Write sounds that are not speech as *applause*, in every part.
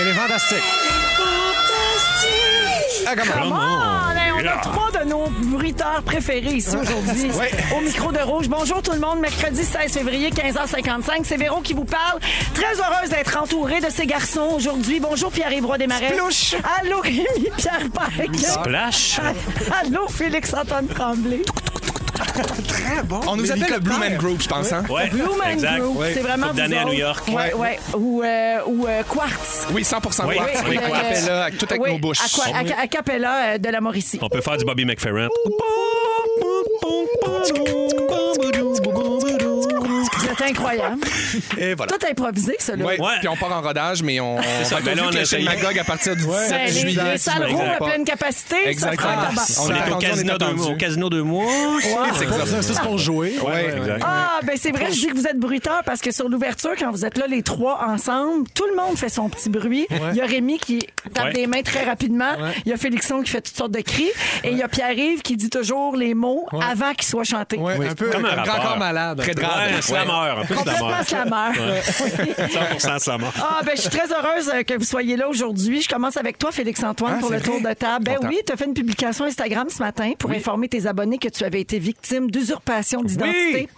Elle est fantastique. Ah, comment? Ah, ben, on a trois de nos bruiteurs préférés ici aujourd'hui au micro de Rouge. Bonjour tout le monde, mercredi 16 février, 15h55. C'est Véro qui vous parle. Très heureuse d'être entourée de ces garçons aujourd'hui. Bonjour Pierre-Yves Roy Desmarais. Splouche. Allô Rémi Pierre Pac. Splash. Allô Félix-Antoine Tremblay. On nous appelle le Blue Man Group, je pense. Hein? Ouais, Blue Man exact. Group, c'est vraiment Coupe vous d'année à autres. New York. Ouais, ouais. Ou, euh, ou euh, Quartz. Oui, 100 Oui, quoi. oui, On oui, est oui. capella, avec- tout avec Oui, nos bouches. à quoi- à- à- à cappella, euh, de la Mauricie. On peut faire du Bobby McFerrin. Vous êtes incroyable. Et voilà. Tout improvisé, ça, là. Ouais. Ouais. Puis on part en rodage, mais on, on ça, va ben là, on que a la chaîne essayé. Magog à partir du 17 Ben, les, juillet. les salles tu rouges à Exactement. pleine capacité, ça Exactement. fera un tabac. On On est attendu, au on est casino de attendu. au casino de mois. Oui, c'est exact. Ça, c'est pour jouer. Ouais, exact. Ah, ben c'est vrai, je dis que vous êtes bruiteurs parce que sur l'ouverture, quand vous êtes là, les trois ensemble, tout le monde fait son petit bruit. Il y a Rémi qui tape Ouais. des mains très rapidement. Il y a Félixon qui fait toutes sortes de cris. Et il y a Pierre-Yves qui dit toujours les mots avant qu'ils soient chantés. Ouais, un peu Comme un grand rappeur. corps malade. Très drôle. Ouais, un slammer. Un peu Complètement slammer. slammer. *laughs* 100% slammer. Ah, ben, je suis très heureuse euh, que vous soyez là aujourd'hui. Je commence avec toi, Félix-Antoine, pour Ah, c'est le tour de table. Ben Content. oui, tu as fait une publication Instagram ce matin pour informer tes abonnés que tu avais été victime d'usurpation d'identité.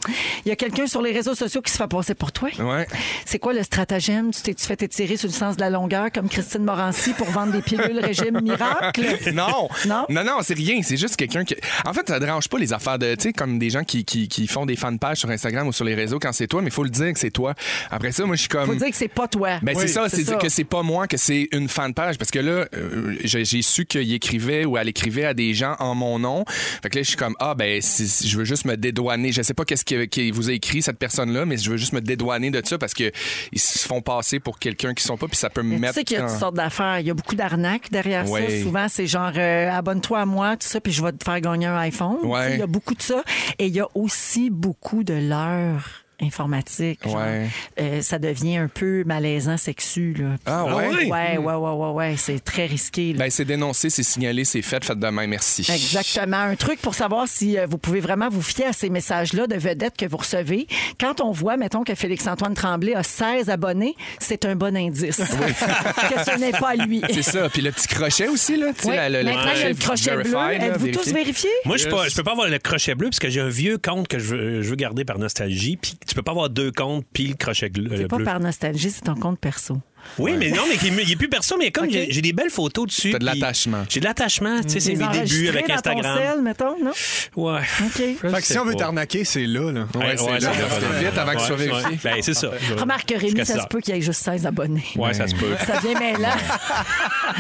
Il y a quelqu'un sur les réseaux sociaux qui se fait passer pour toi. Ouais. C'est quoi le stratagème? Tu t'es-tu fait étirer sur le sens de la longueur comme Christine Morancy pour vendre des pilules régime *laughs* miracle? Non. Non? non, non, c'est rien. C'est juste quelqu'un qui. En fait, ça dérange pas les affaires de. Tu sais, comme des gens qui, qui, qui font des fan pages sur Instagram ou sur les réseaux quand c'est toi, mais il faut le dire que c'est toi. Après ça, moi, je suis comme. Faut dire que c'est pas toi. Ben c'est Oui, ça, c'est que c'est pas moi, que c'est une fan page. Parce que là, euh, j'ai j'ai su qu'il écrivait ou elle écrivait à des gens en mon nom. Fait que là, je suis comme, ah, ben, si- si- je veux juste me dédouaner. Je sais pas qu'est-ce qui, qui vous a écrit, cette personne-là, mais je veux juste me dédouaner de ça parce que ils se font passer pour quelqu'un qui sont pas, puis ça peut me Mais mettre. Tu sais qu'il y a en- toutes sortes d'affaires. Il y a beaucoup d'arnaques derrière Ouais. ça. Souvent, c'est genre euh, abonne-toi à moi, tout ça, puis je vais te faire gagner un iPhone. Tu sais, Ouais. Il y a beaucoup de ça. Et il y a aussi beaucoup de l'heure informatique. Genre, Ouais. euh, ça devient un peu malaisant sexu. Là. Ah ouais? Ouais, ouais, ouais, ouais, ouais, ouais. C'est très risqué. là. Ben, c'est dénoncé, c'est signalé, c'est fait, faites demain, merci. Exactement. Un truc pour savoir si euh, vous pouvez vraiment vous fier à ces messages-là de vedettes que vous recevez. Quand on voit, mettons, que Félix-Antoine Tremblay a 16 abonnés, c'est un bon indice *laughs* que ce n'est pas lui. Ah C'est ça. Puis le petit crochet aussi, là. tu sais, Oui. la- la- Maintenant, il y a le crochet verified, bleu. là, Êtes-vous tous vérifié. vérifiés? Moi, je peux, pas- je peux pas avoir le crochet bleu parce que j'ai un vieux compte que je veux, je veux garder par nostalgie. Puis tu peux pas avoir deux comptes puis le crochet gl- euh, C'est pas bleu. par nostalgie, c'est ton compte perso. Oui, mais non, mais qui- il est plus personne. Mais comme Ok. j'ai- j'ai des belles photos dessus. T'as de puis l'attachement. J'ai de l'attachement. Tu sais, c'est Les mes débuts enregistrer avec dans Instagram. Ton cell, mettons, non? Ouais. OK. Je Fait que sais si on veut pas. t'arnaquer, c'est là. là. Ouais, Ouais, c'est ouais, là. c'est C'était vrai. vite avant que Ouais, ce soit vérifié. ouais. Ben, c'est ça. Remarque que Rémi, Jusqu'à ça ça. se peut qu'il y ait juste 16 abonnés. Ouais, ça se peut. Ça vient mêlant.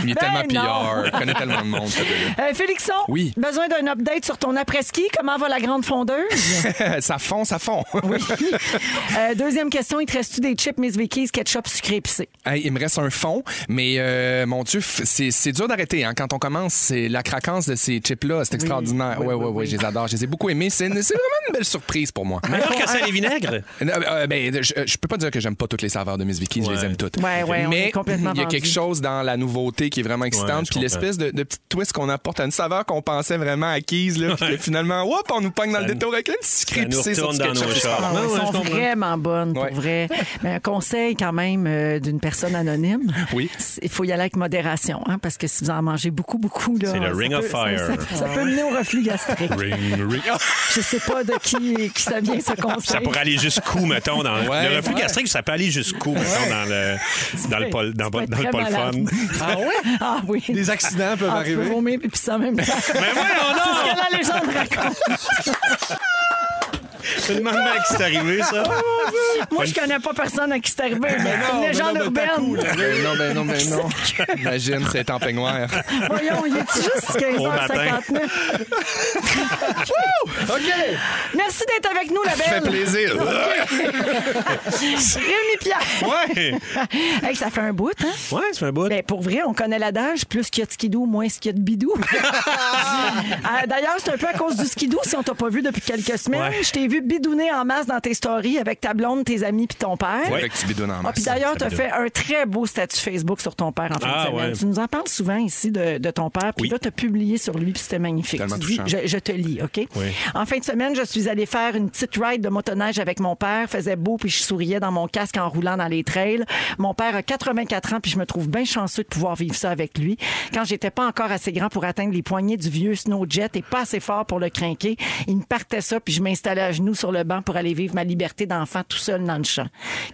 Il est Ben tellement non. PR. Il connaît tellement de monde, ce gars-là. Euh, Félixon, Oui. besoin d'un update sur ton après-ski. Comment va la grande fondeuse? *laughs* ça fond, ça fond. Euh, deuxième question, il te reste-tu des chips Miss Vickies, ketchup sucré épicé? Hey, il me reste un fond, mais euh, mon Dieu, f- c'est c'est dur d'arrêter. Hein. Quand on commence, c'est la craquance de ces chips-là, c'est extraordinaire. Oui, oui, oui, je les adore. Je les ai beaucoup aimés. C'est une- c'est vraiment une belle surprise pour moi. Meilleur que ça, les vinaigres. Euh, euh, ben, je, je peux pas dire que j'aime pas toutes les saveurs de Miss Vickies, je les aime toutes. Ouais, ouais, on est mais complètement il y a quelque rendu. chose dans la nouveauté qui est vraiment excitante, je puis comprends. l'espèce de, de petit twist qu'on apporte à une saveur qu'on pensait vraiment acquise, là, puis que finalement, hop, on nous pogne dans le détour avec un petit Ça sucré nous pissé sur retourne du dans ketchup. nos C'est chars. Ah, Ouais, elles ouais, je sont comprends. vraiment bonnes, pour Ouais. *laughs* vrai. Mais un conseil quand même euh, d'une personne anonyme. Oui. c'est- Il faut y aller avec modération, hein, parce que si vous en mangez beaucoup, beaucoup, là, C'est le ça Ring peut- of ça- Fire. Ça, ça peut mener au reflux gastrique. *laughs* Ring, ring. Je sais pas de qui, qui ça vient ce conseil. Ça pourrait aller jusqu'où, mettons, dans Ouais. le reflux gastrique, ça peut aller jusqu'où, mettons, dans le dans le pol- dans, Tu peux être dans le très pol fun. *laughs* malade. Ah ouais? Ah oui. Des accidents peuvent Ah, tu peux arriver. vomir *laughs* puis pisser en même temps. Mais voyons C'est donc! ce que la légende raconte. Je me demande à qui c'est arrivé, ça. Moi, je connais pas personne à qui c'est arrivé. mais C'est une ben légende non, ben t'as urbaine. *laughs* cool, là. Ben non, ben non, ben non. *laughs* Imagine, c'est en peignoir. Voyons, il est juste Au matin. 15h59. OK! Merci d'être avec nous, la Fait belle. plaisir. Rémi *laughs* Pierre. Ouais. Hey, ça fait un bout, hein? Ouais, c'est un bout. Ben, pour vrai, on connaît l'adage, plus qu'il y a de skidou, moins qu'il y a *laughs* de bidou. Euh, D'ailleurs, c'est un peu à cause du skidou, si on t'a pas vu depuis quelques semaines. Ouais. Je t'ai vu bidouner en masse dans tes stories avec ta blonde, tes amis puis ton père. Ouais. Fait que tu bidounes en Ah, puis masse. d'ailleurs, tu as Ça fait un très beau statut Facebook sur ton père en fin Ah, de semaine. ouais. Tu nous en parles souvent ici de, de ton père. Puis Oui. là, tu as publié sur lui, puis c'était magnifique. Tellement Tu dis- touchant. je, je te lis, OK? Oui. En fin de semaine, je suis allée faire une petite ride de motoneige avec mon père. Faisait beau, puis je souriais dans mon casque en roulant dans les trails. Mon père a 84 ans, puis je me trouve bien chanceux de pouvoir vivre ça avec lui. Quand j'étais pas encore assez grand pour atteindre les poignées du vieux Snowjet et pas assez fort pour le crinquer, il me partait ça, puis je m'installais à genoux sur le banc pour aller vivre ma liberté d'enfant tout seul dans le champ.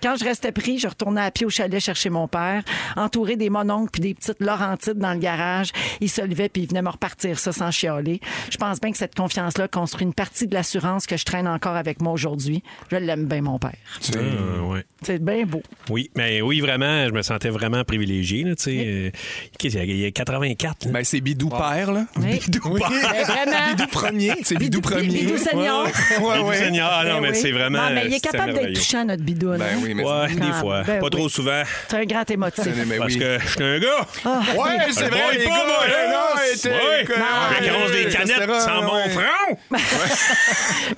Quand je restais pris, je retournais à pied au chalet chercher mon père, entouré des mononcles puis des petites Laurentides dans le garage. Il se levait puis il venait me repartir ça sans chialer. Je pense bien que cette confiance-là construit une partie de l'assurance que je traîne encore avec moi aujourd'hui. Je l'aime bien, mon père. Ah, ouais. C'est bien beau. Oui, mais oui, vraiment, je me sentais vraiment privilégié. Là, tu sais, euh, qu'est-ce qu'il y a? il y a 84. là. Ben, c'est Bidou Ah. père, là. Oui. Bidou Oui. père. Ben, vraiment. Bidou premier. C'est Bidou premier. Bidou senior. Ouais, Bidou ouais. Seigneur, ah, non, Ben mais oui. c'est vraiment. Non, mais il est c'était capable d'être merveilleux. touchant, notre bidoune. Ben hein? oui, mais Ouais, des fois. Ben pas oui. trop souvent. C'est un grand émotif. Eh, mais Parce Ben oui. que je suis un gars. Ouais, c'est Je vrai, broille les pas, gars, moi, là, là. non, t'es- Ouais. écoute, Je ouais, gronce des ouais, canettes testostérone, sans mon ouais. front.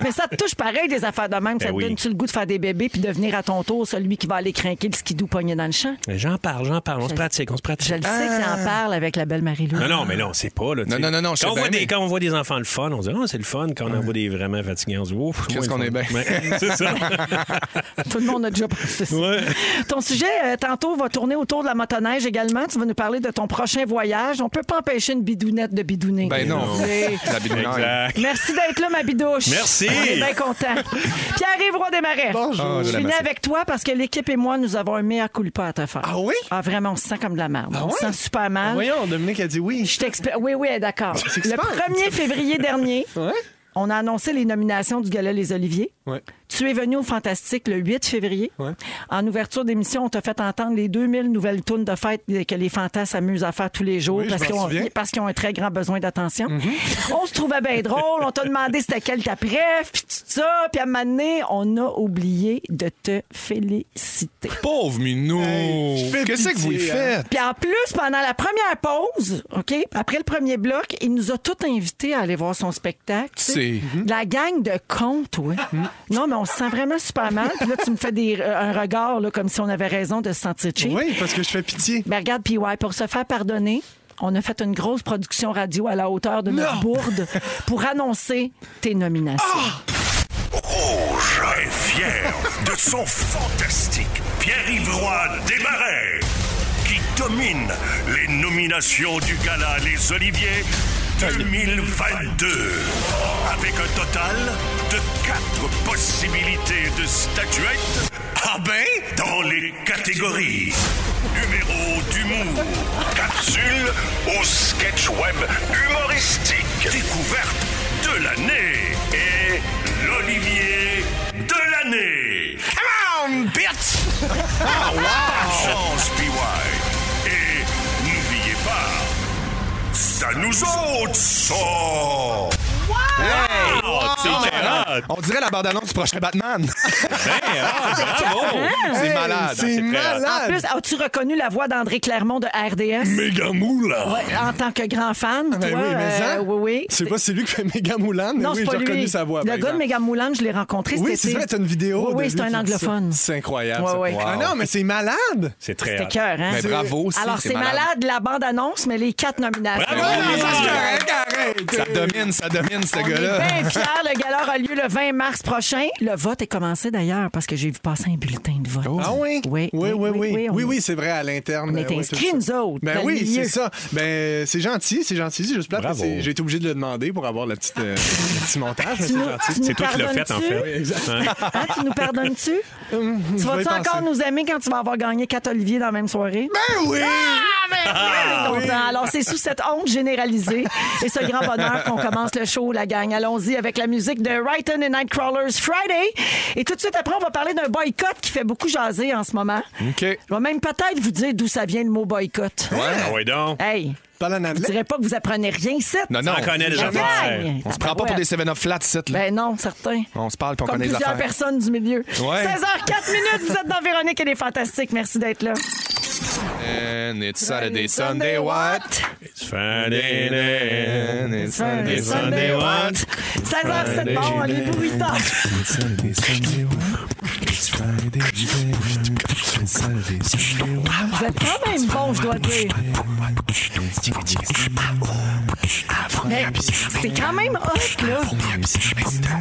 Mais ça te touche pareil, des affaires de même. Ben ça te oui. donne-tu le goût de faire des bébés puis devenir à ton tour celui qui va aller craquer le skidou pogné dans le champ? Mais J'en parle, j'en parle. On se pratique, on se pratique. Je le sais que Ah. t'en parles avec la belle Marie-Lou. Non, non, mais non, c'est pas. Là, tu Non, sais. non, non, non, je quand, on sais bien, voit des, mais- quand on voit des enfants le fun, on se dit, ah, c'est le fun. Quand on en voit des vraiment fatigués, on se dit, ouf, c'est Qu'est-ce moins le qu'on fun. est bien. Ouais, c'est *laughs* ça. Tout le monde a déjà pensé ça. Ouais. Ton sujet, euh, tantôt, va tourner autour de la motoneige également. Tu vas nous parler de ton prochain voyage. On peut pas empêcher une bidounette de bidouner. Ben non. C'est- La bidounaire. Exact. Merci d'être là, ma bidouche. Merci. On est bien content. Pierre-Yves Roy Desmarais. Ah, Je de la finis masse. avec toi parce que l'équipe et moi, nous avons un meilleur coup de pas à te faire. Ah oui? Ah Ah, vraiment, on se sent comme de la merde. on se ouais? sent super mal. Voyons, Dominique a dit oui. Je t'explique. Oui, oui, elle est d'accord. C'est Le super. 1er février dernier, Ouais? on a annoncé les nominations du Gala Les Oliviers. Ouais. Tu es venu au Fantastique le 8 février. Ouais. En ouverture d'émission, on t'a fait entendre les 2000 nouvelles tunes de fête que les fantas s'amusent à faire tous les jours Oui, je parce m'en qu'ils ont, souviens. Mhm. parce qu'ils ont un très grand besoin d'attention. On se trouvait bien drôle. On t'a demandé c'était quelle ta préf, puis tout ça. Puis à un moment donné, on a oublié de te féliciter. Pauvre Minou. Hey, je fais Qu'est-ce que pitié, vous y hein. faites? Puis en plus, pendant la première pause, OK, après le premier bloc, il nous a tous invités à aller voir son spectacle. tu sais. C'est- Mhm. La gang de cons, *laughs* toi. Non, mais on se sent vraiment super mal. Puis là, tu me fais des, euh, un regard là, comme si on avait raison de se sentir cheap. Oui, parce que je fais pitié. Ben regarde, puis ouais, pour se faire pardonner, on a fait une grosse production radio à la hauteur de notre *laughs* bourde pour annoncer tes nominations. Rouge est fier de son fantastique Pierre-Yves Roy Desmarais, qui domine les nominations du gala Les Oliviers 2022, avec un total de quatre possibilités de statuettes. Ah ben, dans les catégories. Numéro d'humour, capsule au sketch web humoristique, découverte de l'année et l'Olivier de l'année. Come on, bitch! *laughs* Ah, wow! Chance, PY. Et n'oubliez pas, ça nous autres, ça! Ah, t'es carotte. On dirait la bande-annonce du prochain Batman. Ben, *laughs* Bravo. C'est malade. C'est En malade. plus, as-tu reconnu la voix d'André Clermont de RDS? Méga moula! Ouais, en tant que grand fan, Ben toi, oui, mais euh, ça, oui, oui. Je sais pas si c'est lui qui fait Mega Moulin, mais Non, oui, c'est pas j'ai lui. reconnu sa voix. le par gars de exemple. Mega Moulin, je l'ai rencontré Oui, cet c'est été. vrai, t'as une vidéo. Oui, oui, de c'est lui un qui dit ça. anglophone. Eh, C'est incroyable. Ouais, ça. ouais. Ah non, mais c'est malade. C'est très C'était hot. cœur, hein? Mais bravo aussi. Alors, c'est malade. la bande-annonce, mais les quatre nominations. Bravo, On oui. Ah, est- ça, c'est Ça domine, ça domine, hein, ce on est gars-là. bien fiers. Le gala aura lieu le 20 mars prochain. Le vote est commencé d'ailleurs parce que j'ai vu passer un bulletin de vote. *laughs* Oh, Ah oui? Oui, oui, oui. Oui, oui, on Oui, est- oui, c'est vrai, à l'interne. on est euh, ouais, inscrits, tout nous ça. autres, Ben dans le oui, milieu. c'est ça. Ben, c'est gentil, c'est gentil. C'est juste plate. Bravo. c'est- J'ai été obligé de le demander pour avoir le petit, euh, le petit montage, mais Tu c'est nous- gentil. tu nous C'est toi qui l'as fait, en pardonnes-tu? fait. Hein, tu nous pardonnes-tu? tu je vais vas-tu y penser. encore nous aimer quand tu vas avoir gagné 4 Olivier dans la même soirée? Ben oui! même plus longtemps. Alors, c'est sous cette honte généralisée et ce grand bonheur qu'on commence le show, la gang. Allons-y avec la musique de Brighton et Nightcrawlers Friday. Et tout de suite après, on va parler d'un boycott qui fait beaucoup jaser en ce moment. OK. Je vais même peut-être vous dire d'où ça vient le mot boycott. Ah ouais, donc. Hey, Parle en je anglais. dirais pas que vous apprenez rien, ici. Non, non. On connaît les La affaires. gang! On se prend pas pour des Seven of Flats, cette là. Ben non, certain. On se parle, puis on Comme connaît les plusieurs affaires. personnes du milieu. 16h04 minutes, vous êtes dans Véronique et les Fantastiques. Merci d'être là. And it's Saturday, Sunday, what? It's Friday night. And it's Sunday, Sunday, Sunday, Sunday, what? what? 16h07, bon, on est pour 8 heures. It's Sunday, Sunday, what? It's Friday, It's Sunday, Sunday, what? Vous êtes quand même bon, je dois dire. Mais c'est quand même hot, là.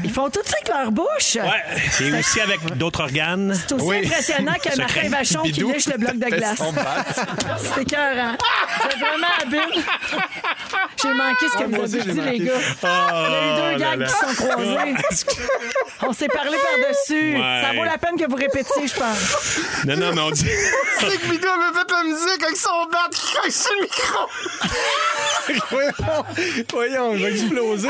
Ils font tout ça avec leur bouche. Ouais, et aussi avec d'autres organes. C'est aussi Oui. impressionnant *laughs* que Martin Vachon qui Bidou. lèche le bloc de Fait glace. son batte. C'est écœurant. C'est vraiment habile. J'ai manqué ce que Ah, moi vous aussi, avez j'ai dit, manqué. les gars. Il y a eu deux Oh là gags là. qui se sont croisés. *laughs* On s'est parlé par-dessus. Ouais. Ça vaut la peine que vous répétiez, je pense. Non, non, mais on *laughs* dit. Voyons, voyons, je vais exploser.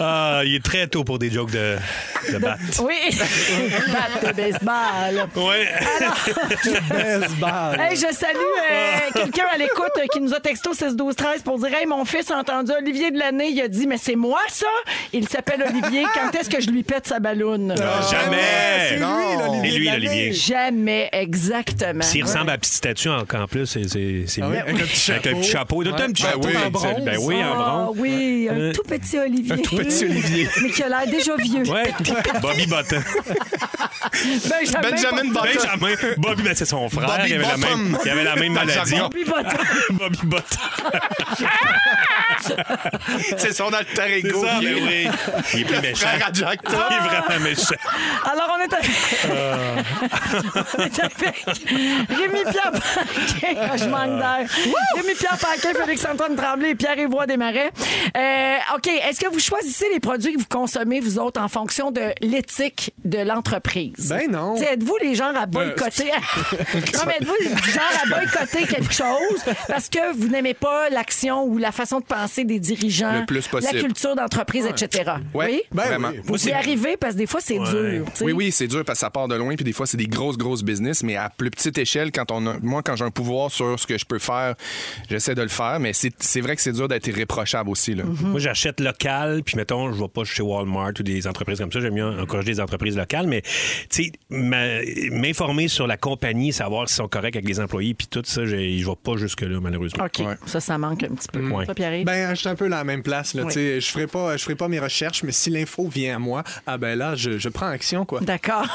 Ah, il est très tôt pour des jokes de, de batte. Oui. *laughs* Batte de baseball. Ouais. Baseball. Hey, je salue Ah. euh, quelqu'un à l'écoute euh, qui nous a texto 6 12 13 pour dire hey mon fils a entendu Olivier de l'année, il a dit mais c'est moi ça Il s'appelle Olivier, quand est-ce que je lui pète sa balloune Euh, Jamais. C'est lui, là, C'est Olivier. Ah. lui, l'Olivier. Ben Jamais exactement. S'il ressemble à la petite statue en, en plus, c'est c'est- c'est mieux. Avec un petit Avec un petit chapeau. T'as un petit Ben chapeau. oui, c'est- en bronze. Ben oui, en Ah bronze. oui, un Euh, tout petit Olivier. un tout petit Olivier. Mais qui a l'air déjà vieux. Ouais. Bobby Bottom. *laughs* Benjamin. Benjamin Button. Button. Benjamin. Bobby, ben, c'est son frère. Bobby il, avait la Bottom. même, il avait la même Dans le maladie. jargon. Puis Botton. *laughs* Bobby Bottom. *laughs* C'est son alter C'est ego. ça, Il ben est- Ah! oui. Il est plus méchant. frère à Jack Il est vraiment méchant. Alors, on est avec. Euh. *laughs* on est avec Rémi-Pierre Paquin. *laughs* Ah, Je Euh. manque d'air. Rémi-Pierre Paquin, Félix-Antoine Tremblay et Pierre-Yvois Desmarais. Euh, OK. Est-ce que vous choisissez les produits que vous consommez, vous autres, en fonction de l'éthique de l'entreprise? Ben non. T'sais, Êtes-vous les gens Euh, à boycotter? *laughs* non, mais êtes-vous les gens à boycotter quelque chose parce que vous n'aimez pas l'action ou la façon de penser des dirigeants, Le plus possible. la culture d'entreprise, etc.? Ouais, Oui? Ben vraiment. oui. Vous y arrivez parce que des fois, c'est dur. tu sais. Oui, oui, c'est dur parce que ça part de loin, puis des fois, c'est des grosses, grosses business, mais à plus petite échelle, quand on a- moi, quand j'ai un pouvoir sur ce que je peux faire, j'essaie de le faire, mais c'est c'est vrai que c'est dur d'être irréprochable aussi. Là. Moi, j'achète local, puis mettons, je vais pas chez Walmart ou des entreprises comme ça. J'aime mieux encourager des entreprises locales, mais tu sais, ma- m'informer sur la compagnie, savoir s'ils sont corrects avec les employés, puis tout ça, j'ai- je vais pas jusque-là, malheureusement. OK. Ça, ça manque un petit peu. Ouais. Mm. Toi, Pierre-Yves? Ben, je suis un peu dans la même place. Là, Oui. tu sais, Je ferai pas, je ferai pas mes recherches, mais si l'info vient à moi, ah ben là, je, je prends action, quoi. D'accord.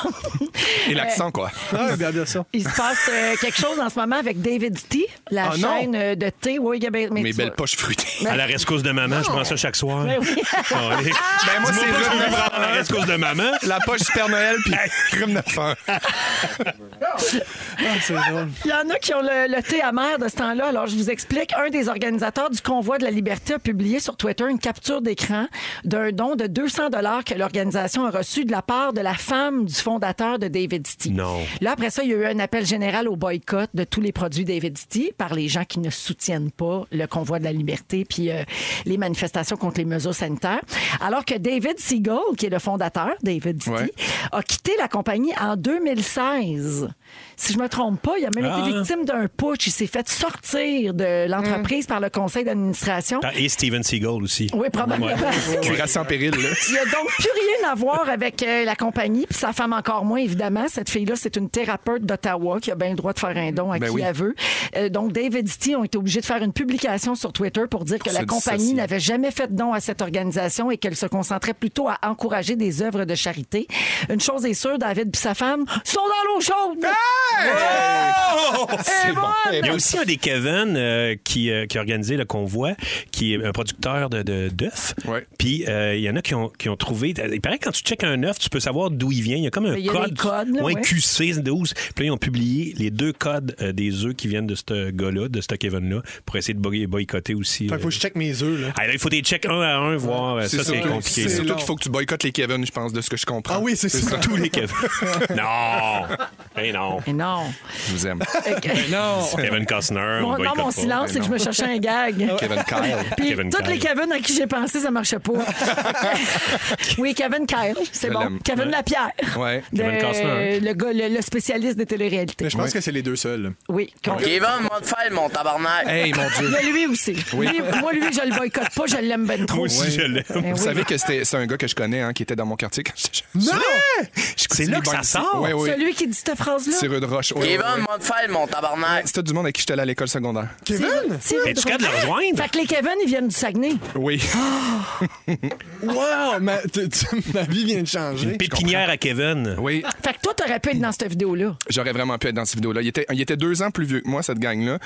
Euh, Et l'accent, quoi. *laughs* Ah, bien, bien ça. Il se passe euh, quelque chose en ce moment avec David T, la Ah, non. chaîne euh, de thé. Oui, il y a bien- mais Mes tu- belles poches fruitées. À la rescousse de maman, je prends ça chaque soir. *laughs* Ben oui. Ah, Oh, allez. Ben, moi, Dis-moi c'est pas que tu veux rhume- prendre la rescousse de maman. La poche Super Noël, puis rhume de fin. *laughs* Ah, c'est drôle. Il y en a qui ont le, le thé amer de ce temps-là. Alors, je vous explique. Un des organisateurs du Convoi de la Liberté a publié sur Twitter une capture d'écran d'un don de 200 dollars que l'organisation a reçu de la part de la femme du fondateur de David T. Non. Là, après ça, il y a eu un appel général au boycott de tous les produits David City par les gens qui ne soutiennent pas le convoi de la liberté puis euh, les manifestations contre les mesures sanitaires. Alors que David Siegel, qui est le fondateur, David City, Ouais. a quitté la compagnie en 2016. Si je me trompe pas, il a même été Ah. victime d'un putsch. Il s'est fait sortir de l'entreprise par le conseil d'administration. Et Steven Seagal aussi. Oui, probablement. ben, *laughs* Cuirasse en péril, là. Il n'y a donc plus rien à voir avec euh, la compagnie, puis sa femme encore moins, évidemment. Cette fille-là, c'est une thérapeute d'Ottawa qui a bien le droit de faire un don à Ben qui oui. elle veut. Euh, donc, David City ont été obligés de faire une publication sur Twitter pour dire que se la compagnie dissocier. n'avait jamais fait de don à cette organisation et qu'elle se concentrait plutôt à encourager des œuvres de charité. Une chose est sûre, David et sa femme sont dans l'eau chaude. C'est bon. Il y a Eh aussi un des Kevin euh, qui, euh, qui a organisé le convoi, qui est un producteur de de- d'œufs. Ouais. Puis euh, il y en a qui ont, qui ont trouvé. Il paraît que quand tu checkes un œuf, tu peux savoir d'où il vient. Il y a comme un Ben, Il y a des code. codes, là, ouais, ouais. QC12. Puis là, ils ont publié les deux codes euh, des œufs qui viennent de ce gars-là, de ce Kevin-là, pour essayer de boy- boycotter aussi. Fait que Ben, faut euh. que je check mes œufs, là. Ah, là, il faut des checks un à un, voir. euh, Ça, c'est surtout- compliqué. c'est là. surtout qu'il faut que tu boycottes les Kevin, je pense, de ce que je comprends. Ah oui, c'est ça. Tous les Kevin. non! Eh non! Mais non. Je vous aime. Non. Kevin Costner. Oh. Mon- on non, boycotte mon pas. silence, c'est que je me cherchais un gag. *laughs* Kevin Kyle. Puis Kevin toutes Kyle. les Kevin à qui j'ai pensé, ça marchait pas. *laughs* oui, Kevin Kyle, c'est Je bon. l'aime. Kevin Lapierre. Ouais. De- Kevin Costner. hein. le, gars, le, le spécialiste des téléréalités. Mais je pense que c'est les deux seuls. Oui, qu'on- Kevin, moi de faire mon tabarnak. Hey, mon Il Dieu. y a lui aussi. Lui, moi, lui, je le boycotte pas, je l'aime ben trop. Moi aussi, je l'aime. Ben oui. Vous savez que c'était- c'est un gars que je connais, hein, qui était dans mon quartier quand j'étais jeune. Non! C'est là que ça sort. Oui, oui. Celui qui dit cette phrase-là. C'est Rue de Roche. Oui, oui, Kevin, oui. moi de faire mon tabarnak. C'était du monde avec qui j'étais allé à l'école secondaire. Kevin? Thierry Es-tu Drôle. capable de le rejoindre? Fait que les Kevin, ils viennent du Saguenay. Oui. *laughs* Wow! Ma, tu- tu- ma vie vient de changer. Pépinière à Kevin. Oui, Fait que toi, t'aurais pu être dans cette vidéo-là. j'aurais vraiment pu être dans cette vidéo-là. Il était, il était deux ans plus vieux que moi, cette gang-là.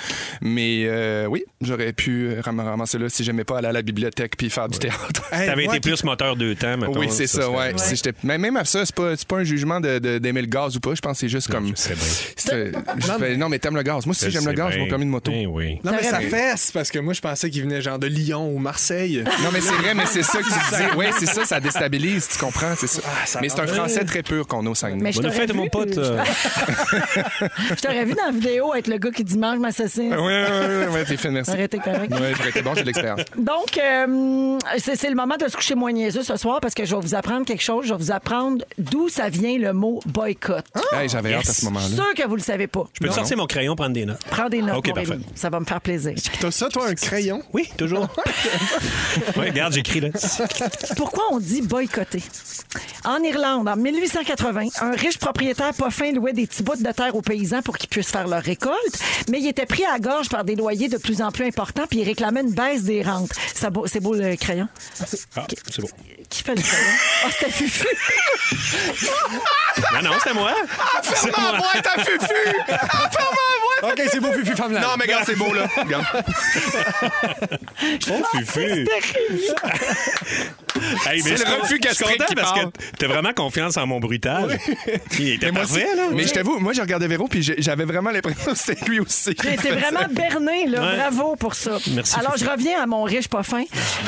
Mais euh, oui, j'aurais pu euh, ram- ramasser là si j'aimais pas aller à la bibliothèque puis faire du théâtre. Hey, T'avais moi été plus moteur deux temps, mettons. Oui, c'est ça, ouais. Si j'étais- Mais même à ça, c'est pas, c'est pas un jugement de- de- d'aimer le gaz ou pas. Je pense que c'est juste comme. sais bien. C'est- je fais, non, mais t'aimes le gaz. Moi aussi, j'aime le gaz, je je Ben Eh mon permis de moto. oui. Non, mais T'aurais ça pu. fesse, parce que moi, je pensais qu'il venait genre de Lyon ou Marseille. Non, mais c'est vrai, mais c'est ça que tu *laughs* dis. Oui, c'est ça, ça déstabilise, tu comprends, c'est ça. mais c'est un français très pur qu'on a au Saguenay. Ah, Mais je Bonne t'aurais fête, vu, mon pote. euh, je t'aurais vu dans la vidéo être le gars qui dit mange ma saucisse. Oui, oui, oui, t'es fait, merci. T'aurais été correct. Ouais, j'aurais été bon, j'ai de l'expérience. Donc, euh, c'est c'est le moment de se coucher moins niaiseux ce soir parce que je vais vous apprendre quelque chose. Je vais vous apprendre d'où ça vient le mot boycott. Hey, J'avais hâte à ce Je suis moment-là. sûr que vous le savez pas. Je peux sortir mon crayon, prendre des notes. Prends des notes, OK, mon parfait. Rémi. Ça va me faire plaisir. T'as ça, toi, un crayon? Oui, *laughs* toujours. oui, regarde, j'écris là. Pourquoi on dit boycotter? En Irlande, en 1880, un riche propriétaire pas fin louait des petits bouts de terre aux paysans pour qu'ils puissent faire leur récolte, mais il était pris à la gorge par des loyers de plus en plus importants, puis il réclamait une baisse des rentes. Ça beau- C'est beau le crayon? Ah, c'est bon. Qui fait le crayon? Ah, c'était Fufu! Non, non, c'était moi. C'est Ferme ma moi. boîte à fufu! Ferme ma OK, c'est beau, Fufu Femme Non, mais regarde, c'est beau, là. Regarde. Oh, Fufu. Hey, mais C'est je le refus je suis gastrique content qui parce parle. que t'as vraiment confiance en mon bruitage. Il était moi aussi. parfait, là. Mais je t'avoue, moi, j'ai regardé Véro, puis j'ai- j'avais vraiment l'impression que c'était lui aussi. J'ai été *laughs* vraiment berné, là. Ouais. Bravo pour ça. Merci. Alors, je reviens à mon riche pas fin.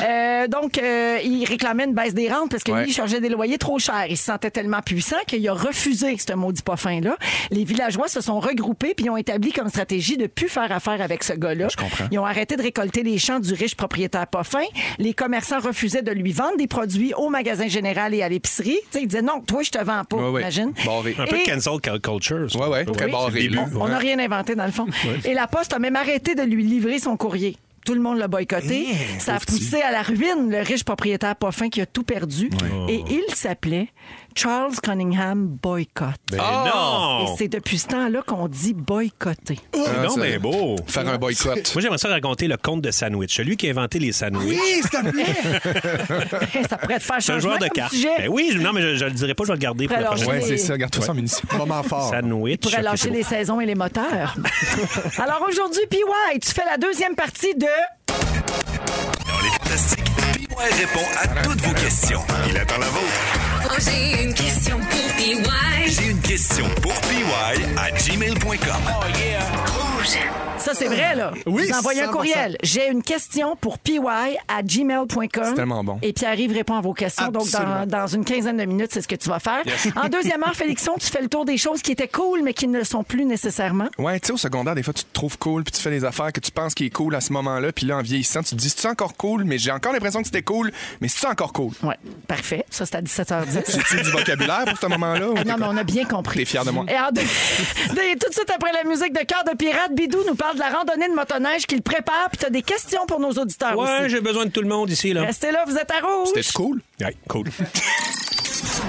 Euh, donc, euh, il réclamait une baisse des rentes parce que Ouais. lui, il chargeait des loyers trop chers. Il se sentait tellement puissant qu'il a refusé ce maudit pas fin-là. Les villageois se sont regroupés puis ils ont établi comme stratégie de plus faire affaire avec ce gars-là. Ils ont arrêté de récolter les champs du riche propriétaire pas fin. Les commerçants refusaient de lui vendre des produits au magasin général et à l'épicerie. Tu sais, ils disaient non, toi, je te vends pas. Ouais, ouais. Imagine. Barré. Un peu de Et- cancel cul- culture. ça. Ouais, ouais, très barré, c'est le là. début. on Ouais. n'a rien inventé, dans *laughs* le fond. Et la Poste a même arrêté de lui livrer son courrier. Tout le monde l'a boycotté. Eh, Ça a poussé à la ruine le riche propriétaire pas fin qui a tout perdu. Et Oh. il s'appelait Charles Cunningham Boycott. Ben Ah! Et non! c'est depuis ce temps-là qu'on dit boycotter. C'est non, ça- mais beau. Faire un boycott. Moi, j'aimerais ça raconter le conte de sandwich, celui qui a inventé les sandwichs. *laughs* Oui, s'il te plaît! ça pourrait te faire *laughs* C'est changement un joueur de comme cartes. sujet. Ben oui, je- non, mais je, je le dirai pas, je vais le garder pour Après, la alors, prochaine je- Ouais, c'est ça, regarde tout ça en munitions. Moment ben, fort. Sandwich. pourrait ok, lâcher c'est les saisons et *laughs* les moteurs. Alors aujourd'hui, PY, tu fais la deuxième partie de Dans les fantastiques, PY répond à toutes vos questions. Il attend la vôtre. Oh, j'ai une question pour PY. J'ai une question pour PY à gmail.com. Oh, Ça, c'est vrai, là. Oui, Vous envoyez un 100%. courriel. J'ai une question pour py à gmail.com. C'est tellement bon. Et Pierre-Yves répond à vos questions. Absolument. Donc, dans, dans une quinzaine de minutes, c'est ce que tu vas faire. En deuxième heure, Félixon, tu fais le tour des choses qui étaient cool, mais qui ne le sont plus nécessairement. Ouais, tu sais, au secondaire, des fois, tu te trouves cool, puis tu fais des affaires que tu penses qui est cool à ce moment-là, puis là, en vieillissant, tu te dis, c'est encore cool, mais j'ai encore l'impression que c'était cool, mais c'est encore cool. Oui, parfait. Ça, c'est *laughs* à 17h10. C'est du vocabulaire pour ce moment-là? ou Ah t'es non, mais quoi? on a bien compris. T'es fier de moi. Et en deux- *laughs* des- tout de suite après la musique de Cœur de Pirate, Bidou nous parle de la randonnée de motoneige qu'il prépare. Puis t'as des questions pour nos auditeurs beau. Ouais, aussi. j'ai besoin de tout le monde ici, là. Restez là, vous êtes à rouge. C'était cool? Ouais, cool.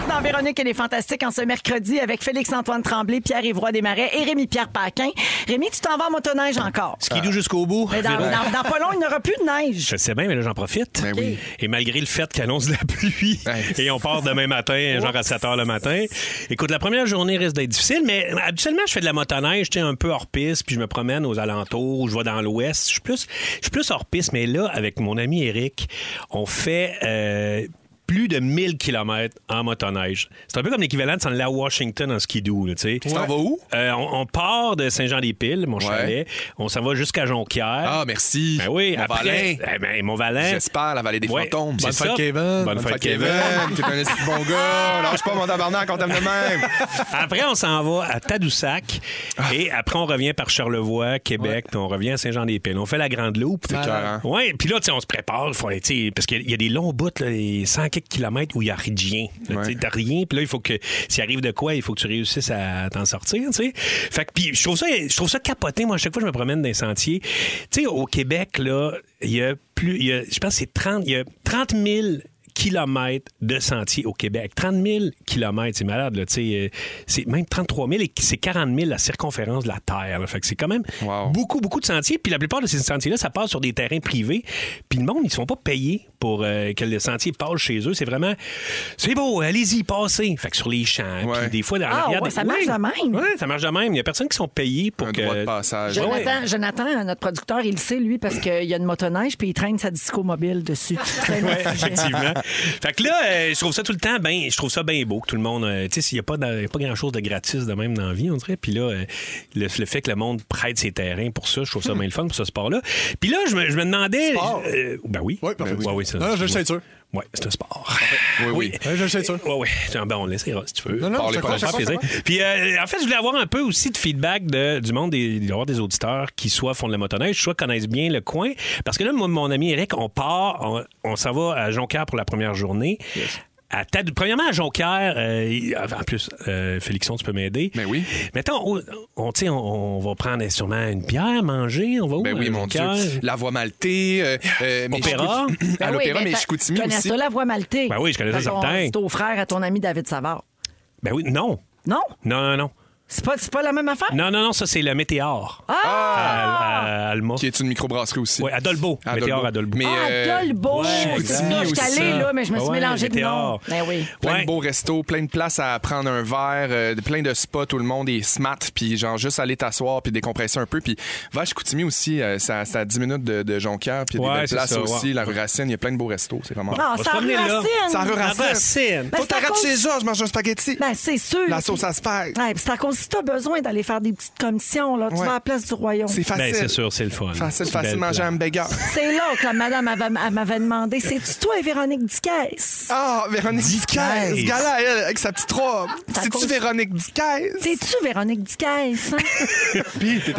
dans Véronique et les Fantastiques en ce mercredi avec Félix-Antoine Tremblay, Pierre-Yvroy Desmarais et Rémi-Pierre Paquin. Rémi, tu t'en vas en motoneige encore. Skidou jusqu'au bout. Mais dans, dans- dans pas long, il n'y aura plus de neige. Je sais bien, mais là, j'en profite. Ben oui. Et malgré le fait qu'annonce de la pluie, *laughs* Ouais. et on part demain matin, genre à 7 h le matin. Écoute, la première journée risque d'être difficile, mais habituellement, je fais de la motoneige, j'étais un peu hors piste, puis je me promène aux alentours, je vais dans l'ouest. Je suis plus, je suis plus hors piste, mais là, avec mon ami Eric, on fait. euh, plus de 1000 km en motoneige. C'est un peu comme l'équivalent de s'en aller à Washington en skidoo. là, Tu sais. Tu t'en vas où? Euh, on, on part de Saint-Jean-des-Piles, mon chalet. On s'en va jusqu'à Jonquière. Ah, merci. Ben oui, Mon après. Valin. Eh ben, mon Valin. J'espère, la vallée des Ouais, fantômes. c'est Bonne ça. fête, Kevin. Bonne, fête, Kevin. T'es un esti de bon gars. Lâche pas mon tabarnak, on t'aime de *laughs* même. Après, on s'en va à Tadoussac. Ah. Et après, on revient par Charlevoix, Québec, puis on revient à Saint-Jean-des-Piles. On fait la grande loupe. C'est écœurant. Oui, puis là, tu sais, on se prépare. Faut, aller, tu sais, parce qu'il y a des longs bouts, là, des 100 quelques kilomètres où il n'y a rien. Là, Ouais. tu sais, T'as rien. Puis là, il faut que, s'il arrive de quoi, il faut que tu réussisses à t'en sortir. tu sais. Fait que, puis je trouve ça, je trouve ça capoté. Moi, à chaque fois, je me promène dans les sentiers. Tu sais, au Québec, là, il y a plus, il y a- je pense que c'est 30, il y a 30 000 kilomètres de sentiers au Québec. 30 000 kilomètres, c'est malade. Là, tu sais, euh, c'est même 33 000 et c'est 40 000 la circonférence de la Terre. là. Fait que c'est quand même Wow. beaucoup, beaucoup de sentiers. Puis la plupart de ces sentiers-là, ça passe sur des terrains privés. Puis le monde, ils ne sont pas payés pour euh, que le sentier passe chez eux. C'est vraiment, c'est beau, allez-y, passez. Fait que sur les champs, Ouais. puis des fois, dans Ah, l'arrière ouais, des- ça marche de même. Ouais, ça marche de même. Il n'y a personne qui sont payés pour Un que... droit de passage. Ouais, ouais. Jonathan, Jonathan, notre producteur, il le sait, lui, parce qu'il y a une motoneige, puis il traîne sa disco mobile dessus. *laughs* C'est un Ouais, autre sujet. effectivement. fait que là, euh, je trouve ça tout le temps, ben, je trouve ça bien beau que tout le monde, euh, tu sais, s'il n'y a pas, de- pas grand-chose de gratis de même dans la vie, on dirait. Puis là, euh, le, le fait que le monde prête ses terrains pour ça, je trouve ça bien le fun pour ce sport-là. Puis là, je me, je me demandais... Sport? euh, ben oui. Oui, parfait. Ben oui, c'est- Ah, je le sais sûr. Ouais, c'est un sport. Oui, oui. Ouais, je le sais sûr. Oui, oui. Ben, on l'essayera si tu veux. Non, non, Parlez je pas, Ça me comprends, fait je plaisir. comprends. Puis, euh, en fait, je voulais avoir un peu aussi de feedback de- du monde, des, d'avoir des auditeurs qui soit font de la motoneige, soit connaissent bien le coin. Parce que là, moi, mon ami Eric, on part, on, on s'en va à Jonquière pour la première journée. À Tadou- Premièrement, à Jonquière, euh, il- en plus, euh, Félixon, tu peux m'aider. Mais Ben oui. Mettons, on, on, tu sais, on, on va prendre sûrement une bière, manger, on va où? Ben oui, à mon Dieu. Jonquière? La voix maltée. euh, euh, mais Opéra. Chicoutimi- Ben À oui, l'opéra, ben, mais t'as- Chicoutimi Tu connais aussi. ça, la voix maltée? Ben oui, je connais ça, Fait qu'on- certain. C'est au frère à ton ami David Savard. Ben oui, non. Non? Non, non, non. C'est pas, c'est pas la même affaire? Ah, Non, Ah, non, non, ça, c'est le météore. euh, À, à Alma. Ah. Qui est une microbrasserie aussi. Ouais, à Dolbeau. À Météore Dolbeau. à Dolbeau. Mais Ah, euh, Dolbeau! ouais, c'est ça, Chicoutimi je suis aussi. allée là, mais je me suis Ouais, mélangée de noms. Météore. Ben oui. Plein Ouais. de beaux restos, plein de places à prendre un verre, euh, de- plein de spots où le monde est smart, puis genre juste aller t'asseoir, puis décompresser un peu. Puis va à Chicoutimi aussi, euh, ça, ça a 10 minutes de, de Jonquière, puis il y a Ouais, des belles c'est places ça, aussi, ouais. la rue Racine, il y a plein de beaux restos, c'est vraiment... Non, va se Ah, ça promener là. racine. Ça a rue Racine! Racine. Ben, Faut c'est à t'arrêter cause- chez eux, je mange un spaghetti! Ben, c'est sûr. la sauce à spag! Ouais, puis c'est à cause si t'as besoin d'aller faire des petites commissions, là, tu Ouais. vas à la place du royaume. C'est facile. Ben, c'est sûr, c'est le fun. Facile, Belle facile, manger un place. hamburger. C'est là que la madame avait- elle m'avait demandé c'est-tu toi et Véronique Dicaisse Ah, Véronique Dicaise! Ce gars-là, elle, avec sa petite robe! Ça C'est-tu cause- Véronique Dicaise? C'est-tu Véronique Dicaisse hein?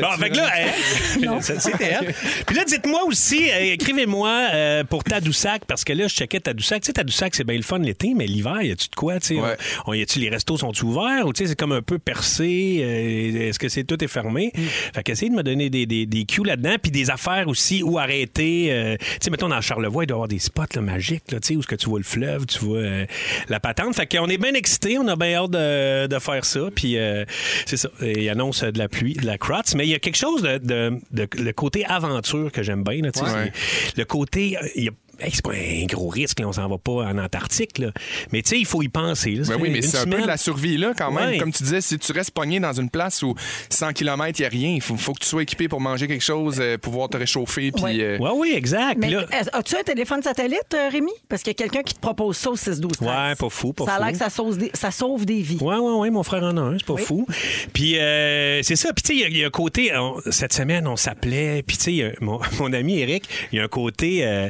Bon, fait que là, *laughs* elle- Ça, c'était elle. Puis là, dites-moi aussi, euh, écrivez-moi euh, pour Tadoussac, parce que là, je checkais Tadoussac. Tu sais, Tadoussac, c'est bien le fun l'été, mais l'hiver, y a-tu de quoi? Tu sais, Ouais. on, on- y a-tu les restos sont ouverts ou tu sais, c'est comme un peu percé? euh, Est-ce que c'est tout est fermé? Fait qu'essayez de me donner des, des, des cues là-dedans, puis des affaires aussi où arrêter. euh, tu sais, mettons, dans Charlevoix, il doit y avoir des spots là, magiques, là, tu sais, où ce que tu vois le fleuve, tu vois euh, la patente. Fait qu'on est bien excités, on a bien hâte de, de faire ça. Puis euh, c'est ça, il annonce de la pluie, de la crotz, mais il y a quelque chose de, de- de- le côté aventure que j'aime bien. là, tu sais, Ouais. c'est- Le côté... euh, il y a- hey, c'est pas un gros risque, là, on s'en va pas en Antarctique. Là. Mais tu sais, il faut y penser. là. Ça Ben fait oui, mais une c'est un peu semaine. de la survie, là, quand même. Ouais. Comme tu disais, si tu restes pogné dans une place où 100 km, il n'y a rien, il faut, faut que tu sois équipé pour manger quelque chose, euh, pouvoir te réchauffer, puis... Ouais. euh, Ouais, oui, exact. Mais euh, Puis là- est- as-tu un téléphone satellite, euh, Rémi Parce qu'il y a quelqu'un qui te propose ça au 6-12. Ouais, pas fou, pas Ça a l'air fou. que ça sauve des, ça sauve des vies. Oui, oui, oui, mon frère en a un, c'est pas fou. Puis euh, c'est ça. Puis tu sais, il y a- il y, a un côté, on- cette semaine, on s'appelait. Puis tu sais, il y a- mon, *laughs* mon ami Eric, il y a un côté, euh,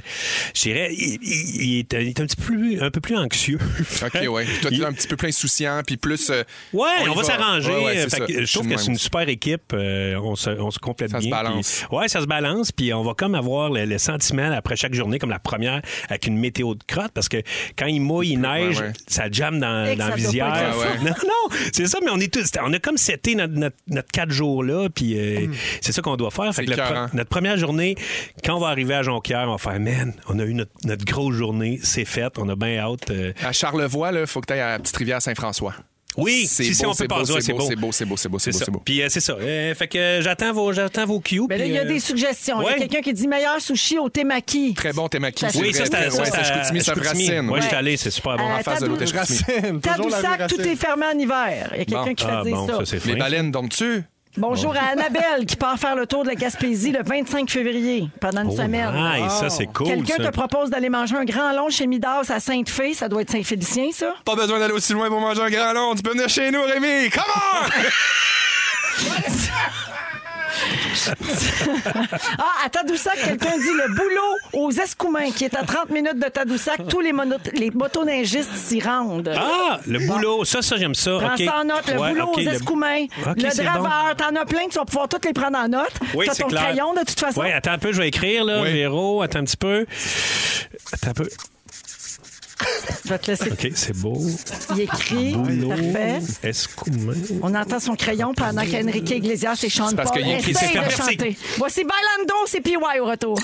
je dirais, il, il- il est, il est un petit peu plus, un peu plus anxieux. OK, ouais. Puis Toi, tu Il- es un petit peu plus insouciant, puis plus... euh, Ouais, y on, va s'arranger. Ouais, ouais, c'est Fait ça. que je trouve suis que de c'est même. une super équipe. Euh, on, se, on se complète Ça se bien. balance. Puis, ouais, ça se balance. Puis on va comme avoir le, le sentiment après chaque journée, comme la première, avec une météo de crotte, parce que quand il mouille, il neige, ouais. ça jamme dans, Et que dans la ça doit pas visière. être Ouais, ça. *laughs* Non, non, c'est ça, mais on est tous. On a comme seté notre, notre, notre quatre jours là, puis euh, Mm. c'est ça qu'on doit faire. Fait C'est que le pre- écœurant. notre première journée, quand on va arriver à Jonquière, on va faire Man, on a eu notre, notre grosse journée, c'est fait, on a bien hâte. euh, À Charlevoix, il faut que tu ailles à la petite rivière Saint-François. oui, C'est si, si, beau, on peut c'est beau, passer, ouais, c'est beau, c'est beau, c'est beau, c'est beau, c'est beau, ça. c'est beau. Puis euh, c'est ça. Euh, fait que euh, j'attends vos, j'attends vos cues. Ben là, puis, il y a euh, des suggestions. Il y a ouais. quelqu'un qui dit meilleur sushi au temaki. Très bon temaki. Oui, c'est Oui, vrai. ça c'est à- Ouais, ça, c'est à Chicoutimi, ça racine. Moi, Ouais. je suis allé, c'est super bon. Euh, En face de l'hôtel Tadoussac, Chicoutimi. Racine, toujours la Tadoussac, racine. tout est fermé en hiver. Il y a quelqu'un Bon. qui fait dire Ah, bon, ça. ça c'est Les fin. baleines dorment-tu? Bonjour à Annabelle qui part faire le tour de la Gaspésie le 25 février pendant une Oh, semaine. Oh. nice, ça, c'est cool, Quelqu'un ça. te propose d'aller manger un grand long chez Midas à Sainte-Fée, ça doit être Saint-Félicien, ça. Pas besoin d'aller aussi loin pour manger un grand long. Tu peux venir chez nous, Rémi. Come *laughs* on! Ah, à Tadoussac, quelqu'un dit le boulot aux Escoumins qui est à 30 minutes de Tadoussac. Tous les, mono- les motoneigistes s'y rendent. Ah, le boulot. Ça, ça, j'aime ça. Prends OK. ça en note, le Ouais, boulot OK, aux escoumins, OK, le c'est bon. draveur, t'en as plein, tu vas pouvoir toutes les prendre en note. Oui, T'as c'est ton clair. crayon de toute façon. Oui, attends un peu, je vais écrire, là, Oui. Véro. Attends un petit peu. Attends un peu. Je vais te laisser. OK, c'est beau. Il écrit, Boulot. parfait. Escoumin. On entend son crayon pendant qu'Enrique Iglesias et Sean parce Paul qu'il y a écrit- essayent c'est de parti. chanter. Voici Bailando, c'est PY au retour.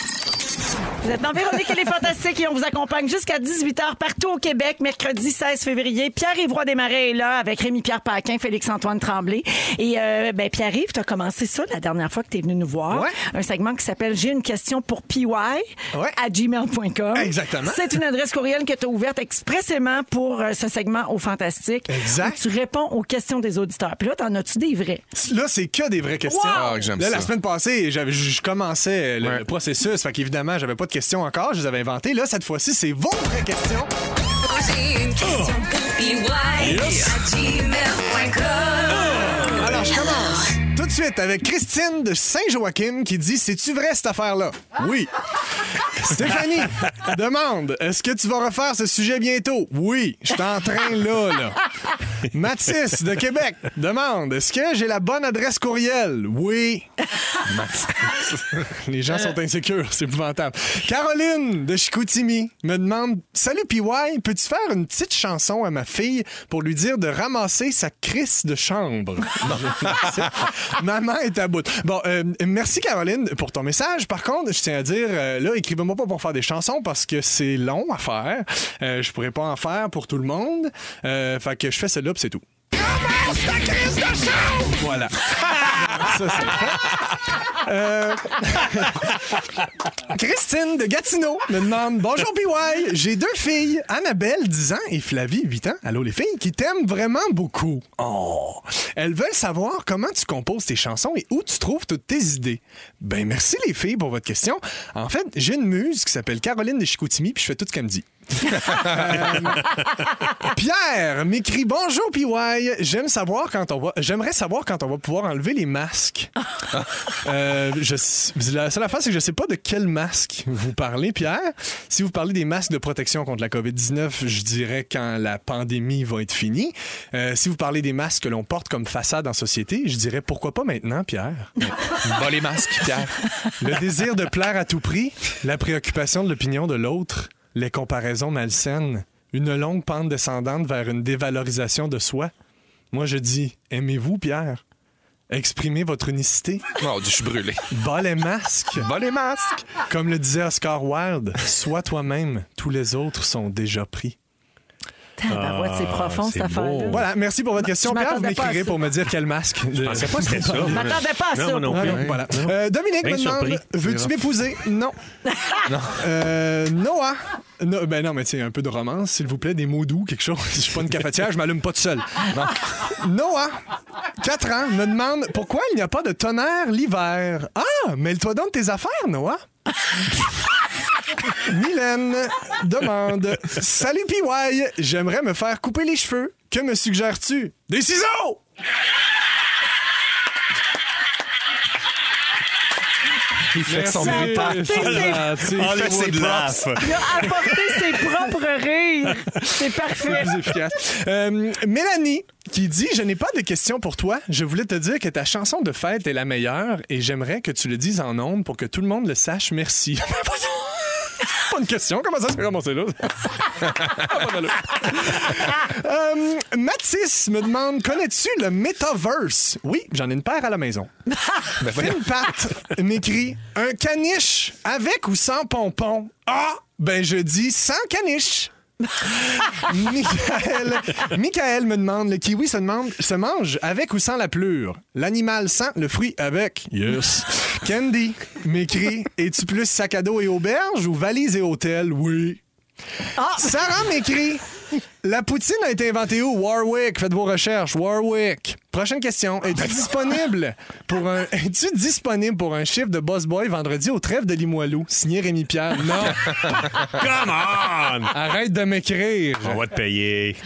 Vous êtes dans Véronique et les Fantastiques et on vous accompagne jusqu'à 18h partout au Québec, mercredi 16 février. Pierre-Yves Roy Desmarais est là avec Rémi-Pierre Paquin, Félix-Antoine Tremblay. Et euh, ben, Pierre-Yves, tu as commencé ça la dernière fois que tu es venu nous voir. Ouais. Un segment qui s'appelle J'ai une question pour PY à gmail.com. Exactement. C'est une adresse courriel que tu as ouverte expressément pour euh, ce segment au Fantastique. Exact. Où tu réponds aux questions des auditeurs. Puis là, t'en as-tu des vrais? Là, c'est que des vraies questions. Ah, que j'aime Là, ça. la semaine passée, j'avais- je je commençais le, Ouais. le processus. Fait qu'évidemment, j'avais pas de questions encore. Je les avais inventées. Là, cette fois-ci, c'est vos vraies questions. Oh, J'ai une question pour PY à gmail.com. Alors, je commence tout de suite avec Christine de Saint-Joachim qui dit C'est-tu vrai cette affaire-là *laughs* Oui. Stéphanie demande Est-ce que tu vas refaire ce sujet bientôt Oui, je suis en train là, là. Mathis de Québec demande Est-ce que j'ai la bonne adresse courriel Oui. *laughs* Les gens sont insécures, c'est épouvantable. Caroline de Chicoutimi me demande Salut PY, peux-tu faire une petite chanson à ma fille pour lui dire de ramasser sa crisse de chambre *laughs* Maman est à bout. Bon, euh, merci Caroline pour ton message. Par contre, je tiens à dire euh, là, écrivez-moi pas pour faire des chansons parce que c'est long à faire. Euh, je pourrais pas en faire pour tout le monde. Euh, fait que je fais celle-là, puis c'est tout. Voilà. *laughs* Ça, c'est fait. Euh, Christine de Gatineau me demande Bonjour PY, j'ai deux filles, Annabelle 10 ans et Flavie 8 ans. Allô les filles, qui t'aiment vraiment beaucoup. Oh. Elles veulent savoir comment tu composes tes chansons et où tu trouves toutes tes idées. Ben merci les filles pour votre question. En fait, j'ai une muse qui s'appelle Caroline de Chicoutimi puis je fais tout ce qu'elle me dit. Euh, Pierre m'écrit Bonjour PY, j'aime savoir quand on va j'aimerais savoir quand on va pouvoir enlever les masques. Euh, je, la seule affaire c'est que je sais pas de quel masque vous parlez Pierre. Si vous parlez des masques de protection contre la Covid-19, je dirais quand la pandémie va être finie. Euh, si vous parlez des masques que l'on porte comme façade en société, je dirais pourquoi pas maintenant Pierre. Bon, les masques, Pierre. Le désir de plaire à tout prix, la préoccupation de l'opinion de l'autre, les comparaisons malsaines, une longue pente descendante vers une dévalorisation de soi. Moi, je dis, aimez-vous, Pierre? Exprimez votre unicité. Mon Dieu, je suis brûlé. Bas les masques. Bon, les masques. Comme le disait Oscar Wilde, sois toi-même, tous les autres sont déjà pris. Tabarouette, c'est profond, cette c'est beau. affaire-là. Voilà, merci pour votre question, je Pierre. Vous m'attendais pas à m'écrirez ça. pour me dire quel masque. Je pensais pas que c'était ça. Non, Je m'attendais pas à Non, ça. moi non moi. plus. non, voilà. Euh, Dominique Bien me demande surpris. Veux-tu m'épouser Non. Euh, Noah. No- ben non, mais tiens, un peu de romance, s'il vous plaît, des mots doux, quelque chose. Je suis pas une cafetière, je m'allume pas tout seul. Non. Noah, 4 ans, me demande pourquoi il n'y a pas de tonnerre l'hiver. Ah, mêle-toi donc de tes affaires, Noah. Mylène demande Salut PY, j'aimerais me faire couper les cheveux. Que me suggères-tu Des ciseaux Il fait son Merci. impact. Il fait ses Hollywood props. laugh. Il a apporté ses propres rires. C'est parfait. plus efficace. Euh, Mélanie qui dit Je n'ai pas de questions pour toi. Je voulais te dire que ta chanson de fête est la meilleure et j'aimerais que tu le dises en ondes pour que tout le monde le sache. Merci. *laughs* pas une question. Comment ça se fait ramasser là? Euh, Mathis me demande Connais-tu le Metaverse Oui, j'en ai une paire à la maison. Ben, Pat m'écrit Un caniche avec ou sans pompon Ah Ben je dis sans caniche. Michael, Michael me demande le kiwi se, demande, se mange avec ou sans la plure L'animal sans, le fruit avec. Yes. Candy m'écrit Es-tu plus sac à dos et auberge ou valise et hôtel Oui. Sarah m'écrit La poutine a été inventée où Warwick. Faites vos recherches. Warwick. Prochaine question. Es-tu disponible pour un Es-tu disponible pour un chiffre de Boss Boy vendredi au trève de Limoilou, signé Rémi Pierre Non. Come *laughs* on! Arrête de m'écrire. On va te payer.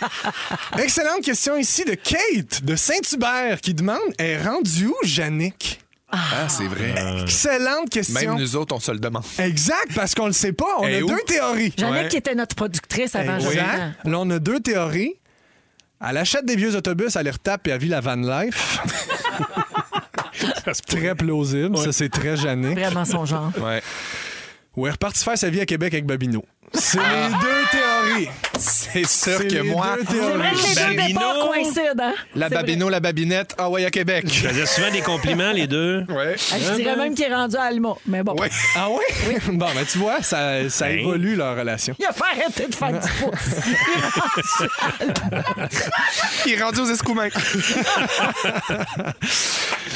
*laughs* Excellente question ici de Kate de Saint-Hubert qui demande est rendu où Yannick Ah, c'est vrai. Excellente Même question. nous autres, on se le demande. Exact, parce qu'on le sait pas. On Eh, a où? deux théories. Jeannette Ouais. qui était notre productrice avant Exact. Jonathan. Là, on a deux théories. Elle achète des vieux autobus, elle les retape et elle vit la *laughs* van life. très plausible. Ça, c'est très Yannick. Vraiment son genre. Ouais. Ou elle est repartie faire sa vie à Québec avec Babino. C'est les deux théories. Ah. C'est sûr C'est que les moi, deux C'est vrai que les théories. deux Babino. départs coïncident. hein? la C'est vrai. babino, la babinette, ah ouais, à Québec. Je faisais souvent des compliments, les deux. Ouais. Ah, Je dirais même qu'il est rendu à Alma. Mais bon. Ouais. *laughs* Ah oui? bon, ben tu vois, ça, ça Ben. évolue leur relation. Il a pas arrêté de faire du pouce. Il est rendu aux *laughs* escoumins.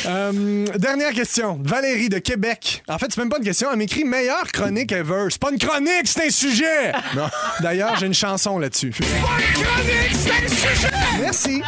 Euh, dernière question. Valérie de Québec. En fait, c'est même pas une question. Elle m'écrit meilleure chronique ever. C'est pas une chronique, c'est un sujet. D'ailleurs, j'ai une chanson là-dessus. C'est pas une chronique, c'est un sujet. Merci.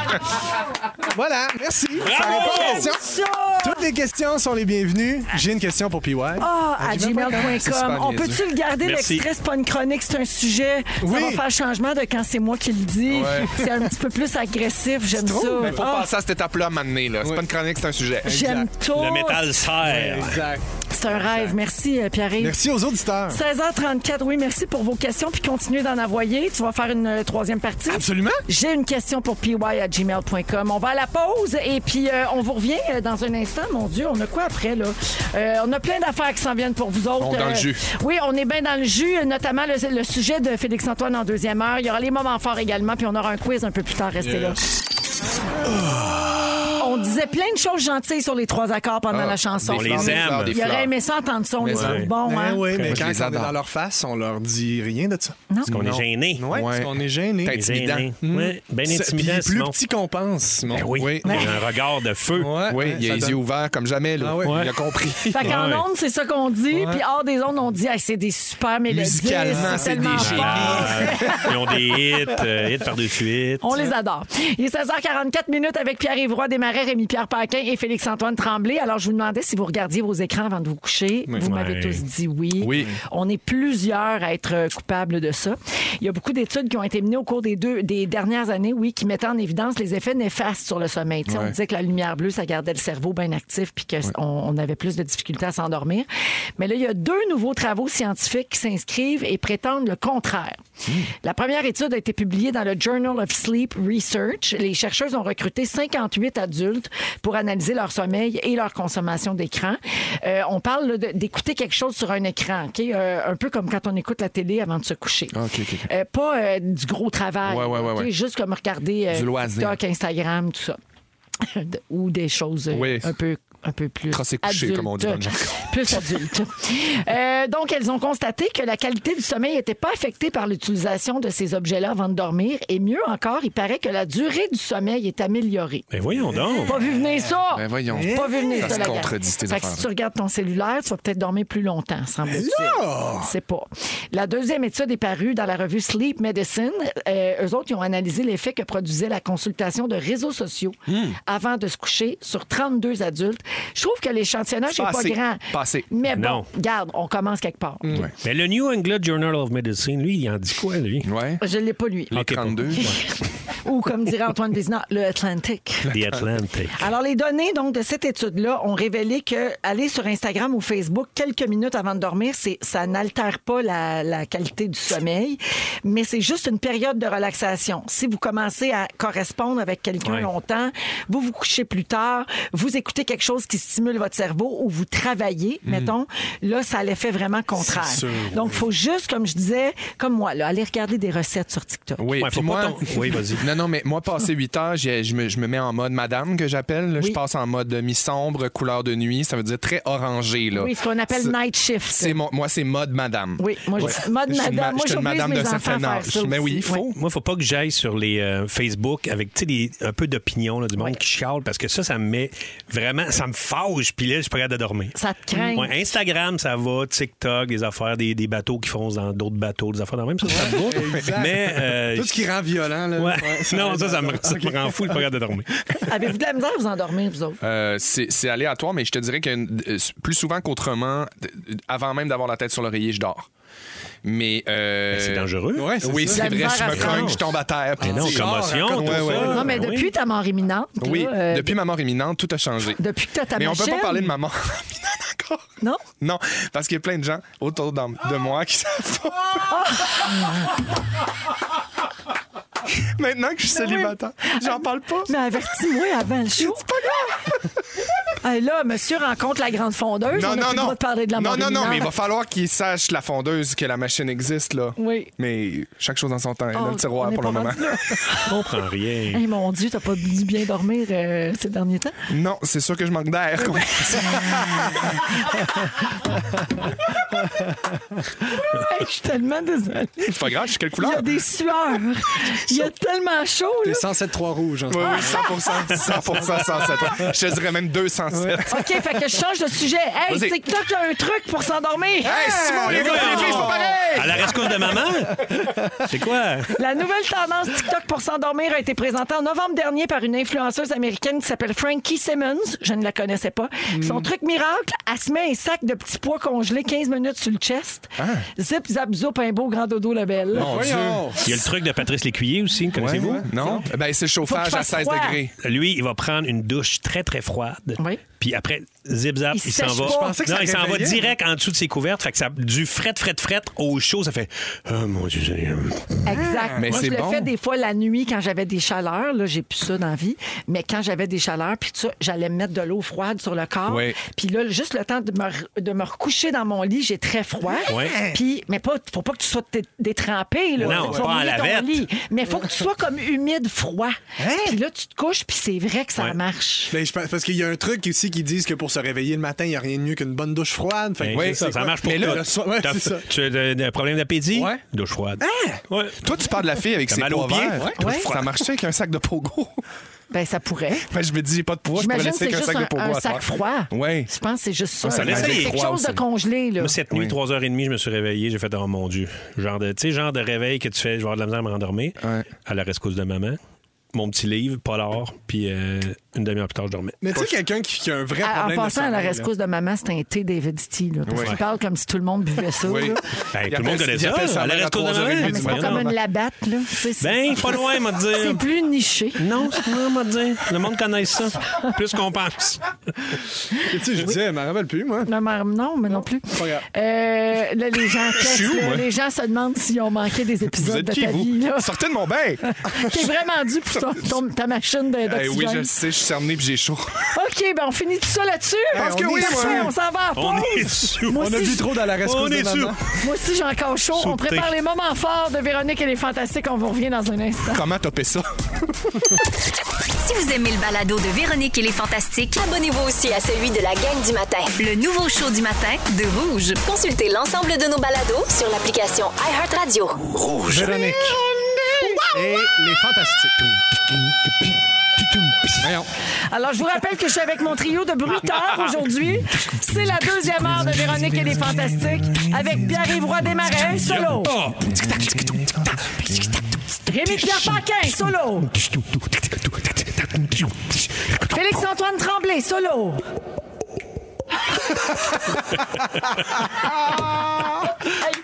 Voilà, merci. Ça répond aux questions. Toutes les questions sont les bienvenues. J'ai une question pour PY. Ah, à C'est super gmail.com. On niaiseux. peut-tu le garder Merci. l'extrait? C'est pas une chronique, c'est un sujet. Oui. Ça va faire changement de quand c'est moi qui le dis. Ouais. *laughs* C'est un petit peu plus agressif. J'aime ça. Oh, Mais faut Ah, passer à cette étape-là à un moment donné, là. C'est pas une chronique, c'est un sujet. J'aime tout. Le métal sert. Exact. C'est un rêve. Merci, euh, Pierre-Yves. Merci aux auditeurs. 16h34, oui, merci pour vos questions, puis continuez d'en envoyer. Tu vas faire une euh, troisième partie. Absolument. J'ai une question pour py à gmail.com. On va à la pause et puis euh, on vous revient euh, dans un instant. Mon Dieu, on a quoi après, là? Euh, on a plein d'affaires qui s'en viennent pour vous autres. Euh, On est dans le jus. Oui, on est bien dans le jus, euh, notamment le, le sujet de Félix-Antoine en deuxième heure. Il y aura les moments forts également, puis on aura un quiz un peu plus tard. Restez là. On disait plein de choses gentilles sur les trois accords pendant la chanson. Ah, On les fleurs, Ah, des aime. fleurs, des Il aurait fleurs. aimé ça entendre son, Mais il trouve ouais. bon, hein? Ben oui, mais Moi, je quand les on est adore. dans leur face, on leur dit rien de ça. Non? Parce qu'on est Non. gêné. Ouais, parce Ouais. qu'on est gêné. T'es intimidant. Gêné. Ouais, ben intimidant, C'est- puis plus Simon. petit qu'on pense, Simon. Ben oui, Oui. il a un regard de feu. Ouais, oui, ouais, il a ça les donne- yeux ouverts comme jamais, là. Ah ouais. Il a compris. Fait qu'en Ouais. ondes, c'est ça qu'on dit. Puis hors des ondes, on dit Hey, c'est des super mélodies. Musicalement, c'est tellement des fort. Ah, ils ont des hits, euh, hits par-dessus hits. On les adore. Il est 16h44 minutes avec Pierre-Yves Roy Desmarais, Rémi-Pierre Paquin et Félix-Antoine Tremblay. Alors, je vous demandais si vous regardiez vos écrans avant de vous coucher. Vous m'avez Ouais. tous dit oui. Oui. On est plusieurs à être euh, coupables de ça. Il y a beaucoup d'études qui ont été menées au cours des, deux, des dernières années, oui, qui mettaient en évidence les effets néfastes sur le sommeil. Tu sais, On Ouais. disait que la lumière bleue, ça gardait le cerveau bien actif puis qu'on on avait plus de difficultés à s'endormir. Mais là, il y a deux nouveaux travaux scientifiques qui s'inscrivent et prétendent le contraire. Hmm. La première étude a été publiée dans le Journal of Sleep Research. Les chercheurs ont recruté 58 adultes pour analyser leur sommeil et leur consommation d'écran. Euh, on parle là, de- d'écouter quelque chose sur un écran, ok? Euh, un peu comme quand on écoute la télé avant de se coucher. ok, ok. Euh, pas euh, du gros travail. Ouais, ouais, ouais, ok? ouais. Juste comme regarder euh, Du loisir. TikTok, Instagram, tout ça. *laughs* De- Ou des choses euh, Oui. un peu un peu plus Crossé couché, adultes. comme on dit dans le jargon. *laughs* plus adulte. Euh, donc, elles ont constaté que la qualité du sommeil n'était pas affectée par l'utilisation de ces objets-là avant de dormir. Et mieux encore, il paraît que la durée du sommeil est améliorée. Ben voyons donc. Pas vu venir ça! Ben voyons. Pas vu venir ça, Ça se la gang. contredit, ces Fait que si affaires-là. tu regardes ton cellulaire, tu vas peut-être dormir plus longtemps, semble-t-il. C'est pas. La deuxième étude est parue dans la revue Sleep Medicine. Euh, eux autres, ils ont analysé l'effet que produisait la consultation de réseaux sociaux Hmm. avant de se coucher sur 32 adultes. Je trouve que l'échantillonnage n'est Pas pas assez. grand. Pas assez. Mais Non. bon, regarde, on commence quelque part. Mais le New England Journal of Medicine, lui, il en dit quoi, lui? *laughs* Ouais. Je ne l'ai pas, lui. Les 32. Ou comme dirait Antoine Vézina, le Atlantic. The Atlantic. Alors, les données donc de cette étude-là ont révélé que aller sur Instagram ou Facebook quelques minutes avant de dormir, c'est ça n'altère pas la, la qualité du sommeil, mais c'est juste une période de relaxation. Si vous commencez à correspondre avec quelqu'un Ouais. longtemps, vous vous couchez plus tard, vous écoutez quelque chose qui stimule votre cerveau ou vous travaillez, mettons, là, ça a l'effet vraiment contraire. sûr, Donc, faut juste, comme je disais, comme moi, là, aller regarder des recettes sur TikTok. Oui, Ouais, puis faut pas moi... ton- Oui, vas-y. *laughs* Non, non, mais moi, passé 8 heures, j'ai- je me, je me mets en mode madame que j'appelle. là. Oui. Je passe en mode mi-sombre, couleur de nuit. Ça veut dire très orangé. Là. Oui, ce qu'on appelle C'est- night shift. C'est mon- moi, c'est mode madame. Oui, moi, je- mode suis madame. ma- Moi, je suis une j'oblige madame mes d'un enfants à certain faire âge. ça Mais oui, aussi, il faut. Moi, faut pas que j'aille sur les euh, Facebook avec tu sais, des- un peu d'opinion là, du monde qui chiale parce que ça, ça me met vraiment, ça me fâche. Puis là, je suis pas capable de dormir. Ça te craint. Ouais, Instagram, ça va. TikTok, des affaires, des, des bateaux qui foncent dans d'autres bateaux, des affaires dans le même, ça, ça me va. Mais euh, Tout ce qui rend violent, là. Ouais. ouais. *laughs* non, ça, ça me, ça me rend fou, je suis pas capable *laughs* de dormir. *laughs* Avez-vous de la misère à vous endormir, vous autres? Euh, c'est c'est aléatoire, mais je te dirais que euh, plus souvent qu'autrement, d- d- avant même d'avoir la tête sur l'oreiller, je dors. Mais. euh, Ben, c'est dangereux. Ouais, c'est oui, ça. c'est De vrai. la Je misère me à cogne, se je tombe à terre. puis Mais non, c'est- commotion, Ah, tout ouais, ouais. ça. Non, mais Ben oui. depuis ta mort imminente. là, Oui, euh, depuis ma mort imminente, tout a changé. Depuis que t'as ta Mais on peut machine. pas parler de ma mort *laughs* imminente encore. Non? Non, parce qu'il y a plein de gens autour d'en- de moi qui savent pas. Ah! *laughs* Maintenant que je suis célibataire, j'en parle pas. Ben Mais avertis-moi avant le show. C'est pas *laughs* grave. là, monsieur rencontre la grande fondeuse. on Non, a non, plus le droit non. de parler de la non, mort non, non, imminente. mais il va falloir qu'ils sachent la fondeuse que la machine existe, là. Oui. Mais chaque chose en son temps, dans Oh, le tiroir on est pour le pas moment. *laughs* rendu là. Je comprends rien. Hey, mon Dieu, t'as pas dû bien dormir euh, ces derniers *laughs* temps. Non, c'est sûr que je manque d'air. quoi. Hey, je suis tellement désolée. *laughs* c'est pas grave, je suis quelle Il y couleur? a *laughs* des sueurs. Il y a tellement chaud. T'es Là. 107-3 rouge. en ce Oui, moment. Ah! oui, 100 100 107. Je te dirais même 207. OK, fait que je change de sujet. Hey, Vas-y. TikTok a un truc pour s'endormir. Ah! Hey, Simon, Eh les gars, les filles, c'est pas pareil! À la rescousse de maman? *laughs* C'est quoi? La nouvelle tendance TikTok pour s'endormir a été présentée en novembre dernier par une influenceuse américaine qui s'appelle Frankie Simmons. Je ne la connaissais pas. Son truc miracle, elle se met un sac de petits pois congelés 15 minutes sur le chest. Zip, zap, zoup, un beau grand dodo label. Mon Dieu. Voyons. Il y a le truc de Patrice Lécuyer aussi, connaissez-vous? Non? Ben, c'est le chauffage qu'il à fasse 16 froid. degrés. Lui, il va prendre une douche très, très froide. Oui. Puis après, zip-zap, Il il, s'en sèche va. pas. Je pensais que non, ça il s'en va réveillait. direct en dessous de ses couvertes. Fait que ça, du fret, fret, fret au chaud, ça fait Oh mon Dieu Seigneur. Exact. Mais Moi, je c'est le bon. fais des fois la nuit quand j'avais des chaleurs. Là, j'ai plus ça dans la vie. Mais quand j'avais des chaleurs, puis tout ça, j'allais me mettre de l'eau froide sur le corps. Oui. Puis là, juste le temps de me, re- de me recoucher dans mon lit, j'ai très froid. Oui. Puis, mais pas, faut pas que tu sois dé- détrempé. Là, Mais non, Tu vas pas en mouiller ton lavette. lit. Mais faut que tu sois comme humide, froid. Hein? Puis là, tu te couches, puis c'est vrai que ça Ouais. marche. Ben, je pense- parce qu'il y a un truc aussi qui disent que pour se réveiller le matin, il n'y a rien de mieux qu'une bonne douche froide. Fait que Ben, oui, c'est ça, c'est ça quoi? marche pour Mais toi. là, le soir- ouais, T'as- c'est ça. Tu as un problème d'appétit? Ouais. Douche froide. Ouais. Toi, tu parles de la fille avec T'as ses mal poids aux pieds? verts. Ouais. Ça marche avec un sac de pogo? Ben, ça pourrait. *laughs* Ben, je me dis, j'ai pas de poids, je pourrais J'imagine laisser que c'est qu'un juste sac un, de pogo un à sac terre. froid. Ouais. Je pense que c'est juste ça. ça laisse c'est aller. quelque Froid chose de aussi. congelé. Là. Moi, cette nuit, 3h30, je me suis réveillé, j'ai fait Oh mon Dieu. Genre de, tu sais, genre de réveil que tu fais, je vais avoir de la misère à me rendormir. Ouais. À la rescousse de maman, mon petit livre, Polar, puis euh, une demi-heure plus tard, je dormais. Mais tu sais, quelqu'un qui, qui a un vrai En problème. de passant à la sommeil, là. rescousse de maman, c'est un thé David Tea. Là, parce Ouais. qu'il parle comme si tout le monde buvait ça. Oui. là. Ben, Il tout le monde appelle- connaît il ça. appelle sa À la mère à rescousse de 3 heures et maman. demie Mais du c'est matin. pas voyons comme donc. une labatte. Là. C'est, c'est- Ben, pas loin, m'a dit. euh, c'est plus niché. Non, c'est pas m'a dit. Le monde connaît ça. Plus qu'on pense. Tu sais, je disais, elle m'en rappelle plus, moi. Ma mère, non, mais non plus. pas grave. Euh, là, les gens, *laughs* Je suis testent, où, là. moi? les gens se demandent s'ils ont manqué des Vous épisodes êtes de qui, ta vous? vie. Là. Sortez de mon bain! T'es vraiment dû pour ton- ton- ta machine de, Eh oui, je d'oxygène. le sais, je suis cerné puis j'ai chaud. *laughs* OK, ben on finit tout ça là-dessus. Parce que on oui, est moi. sûr, on s'en va en On pause. est sûr. Moi On a aussi, bu je- trop dans la rescousse On de est maman. sûr. Moi aussi, j'ai encore chaud. On Sauté. prépare les moments forts de Véronique et les Fantastiques. On vous revient dans un instant. Comment topé ça? Si vous aimez le balado de Véronique et les Fantastiques, Abonnez-vous aussi à celui de la gang du matin. le nouveau show du matin de Rouge. Consultez l'ensemble de nos balados sur l'application iHeartRadio. Rouge. Véronique. Et les fantastiques. Voyons. Alors, je vous rappelle que je suis avec mon trio *laughs* de bruiteurs aujourd'hui. C'est la deuxième heure de Véronique et les Fantastiques avec Pierre-Yves Roy Desmarais, solo. Rémi-Pierre Paquin, solo. Félix-Antoine Tremblay, solo.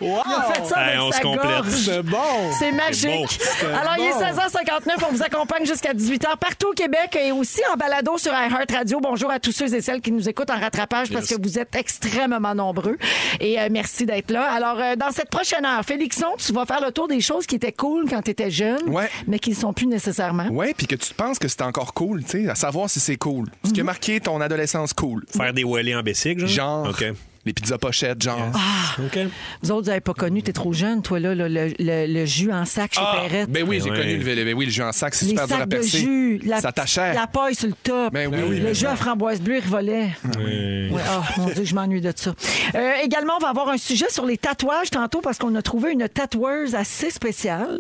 Il a fait ça Hey, avec on sa se complète. gorge. C'est bon. C'est magique. Alors, il est 16h59. On vous accompagne jusqu'à 18h partout au Québec et aussi en balado sur iHeart Radio. Bonjour à tous ceux et celles qui nous écoutent en rattrapage parce que vous êtes extrêmement nombreux. Et euh, merci d'être là. Alors, euh, dans cette prochaine heure, Félixon, tu vas faire le tour des choses qui étaient cool quand tu étais jeune, Ouais. mais qui ne sont plus nécessairement. Ouais, puis que tu penses que c'est encore cool, tu sais, à savoir si c'est cool. Ce qui a marqué ton adolescence cool. Faire des wallets en bicycle, genre? Genre, OK. les pizzas pochettes, genre. Ah. OK. Vous autres, vous n'avez pas connu, t'es trop jeune, toi, là, le, le- le- le jus en sac chez Ah, Perrette. ben oui, j'ai Ouais. connu le, ben oui, le jeu en sac, c'est Les super dur à sacs de percer. jus, la, ça t'achère. la paille sur le top, Ben oui, oui, le ben jus à framboise bleue, il revolait. Euh, Ouais, ah, mon Dieu, je m'ennuie de ça. Euh, également, on va avoir un sujet sur les tatouages tantôt parce qu'on a trouvé une tatoueuse assez spéciale.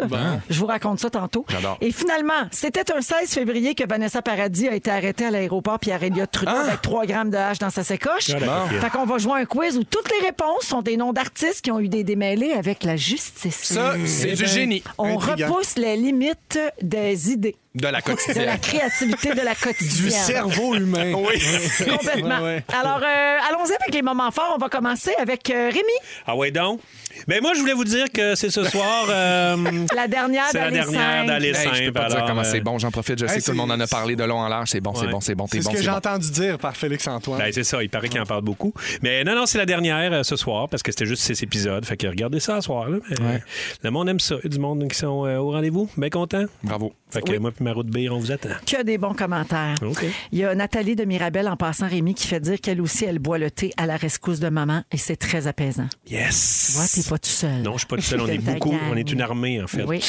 Je vous raconte ça tantôt. J'adore. Et finalement, c'était un 16 février que Vanessa Paradis a été arrêtée à l'aéroport Pierre-Éliott Trudeau avec 3 grammes de hache dans sa sacoche. Ah, d'accord. Fait qu'on va jouer à un quiz où toutes les réponses sont des noms d'artistes qui ont eu des démêlés avec la justice. Ça, c'est Eh du ben, génie On Intriguant. repousse les limites des idées, de la de la quotidienne. créativité de la quotidienne. Du cerveau humain. Oui. *laughs* Complètement. Ouais, ouais. Alors, euh, allons-y avec les moments forts. On va commencer avec euh, Rémi, Ah ouais donc? Ben moi, je voulais vous dire que c'est ce soir... euh, la dernière c'est la d'Alice dernière Inc. d'aller Hey, simple. Ben, je peux pas alors, dire comment euh, c'est bon, j'en profite, je sais que tout le monde en a c'est- parlé de long en large, c'est bon, c'est Ouais. bon, c'est bon, t'es C'est ce bon, que c'est j'ai bon. entendu dire par Félix-Antoine. Ben, c'est ça, il paraît qu'il en parle beaucoup. Mais non, non, c'est la dernière euh, ce soir parce que c'était juste six épisodes. Fait que regardez ça ce soir. Là. Mais, euh, Le monde aime ça. Il y a Du monde qui sont euh, au rendez-vous, bien content. Bravo. Fait que moi puis ma route bière, on vous attend. Que des bons commentaires. OK. Il y a Nathalie de Mirabel en passant, Rémi, qui fait dire qu'elle aussi, elle boit le thé à la rescousse de maman et c'est très apaisant. Yes! Tu vois, t'es pas tout seul. Non, je suis pas tout *laughs* seul. On T'es est ta beaucoup. gang. On est une armée, en fait. *laughs* Oui.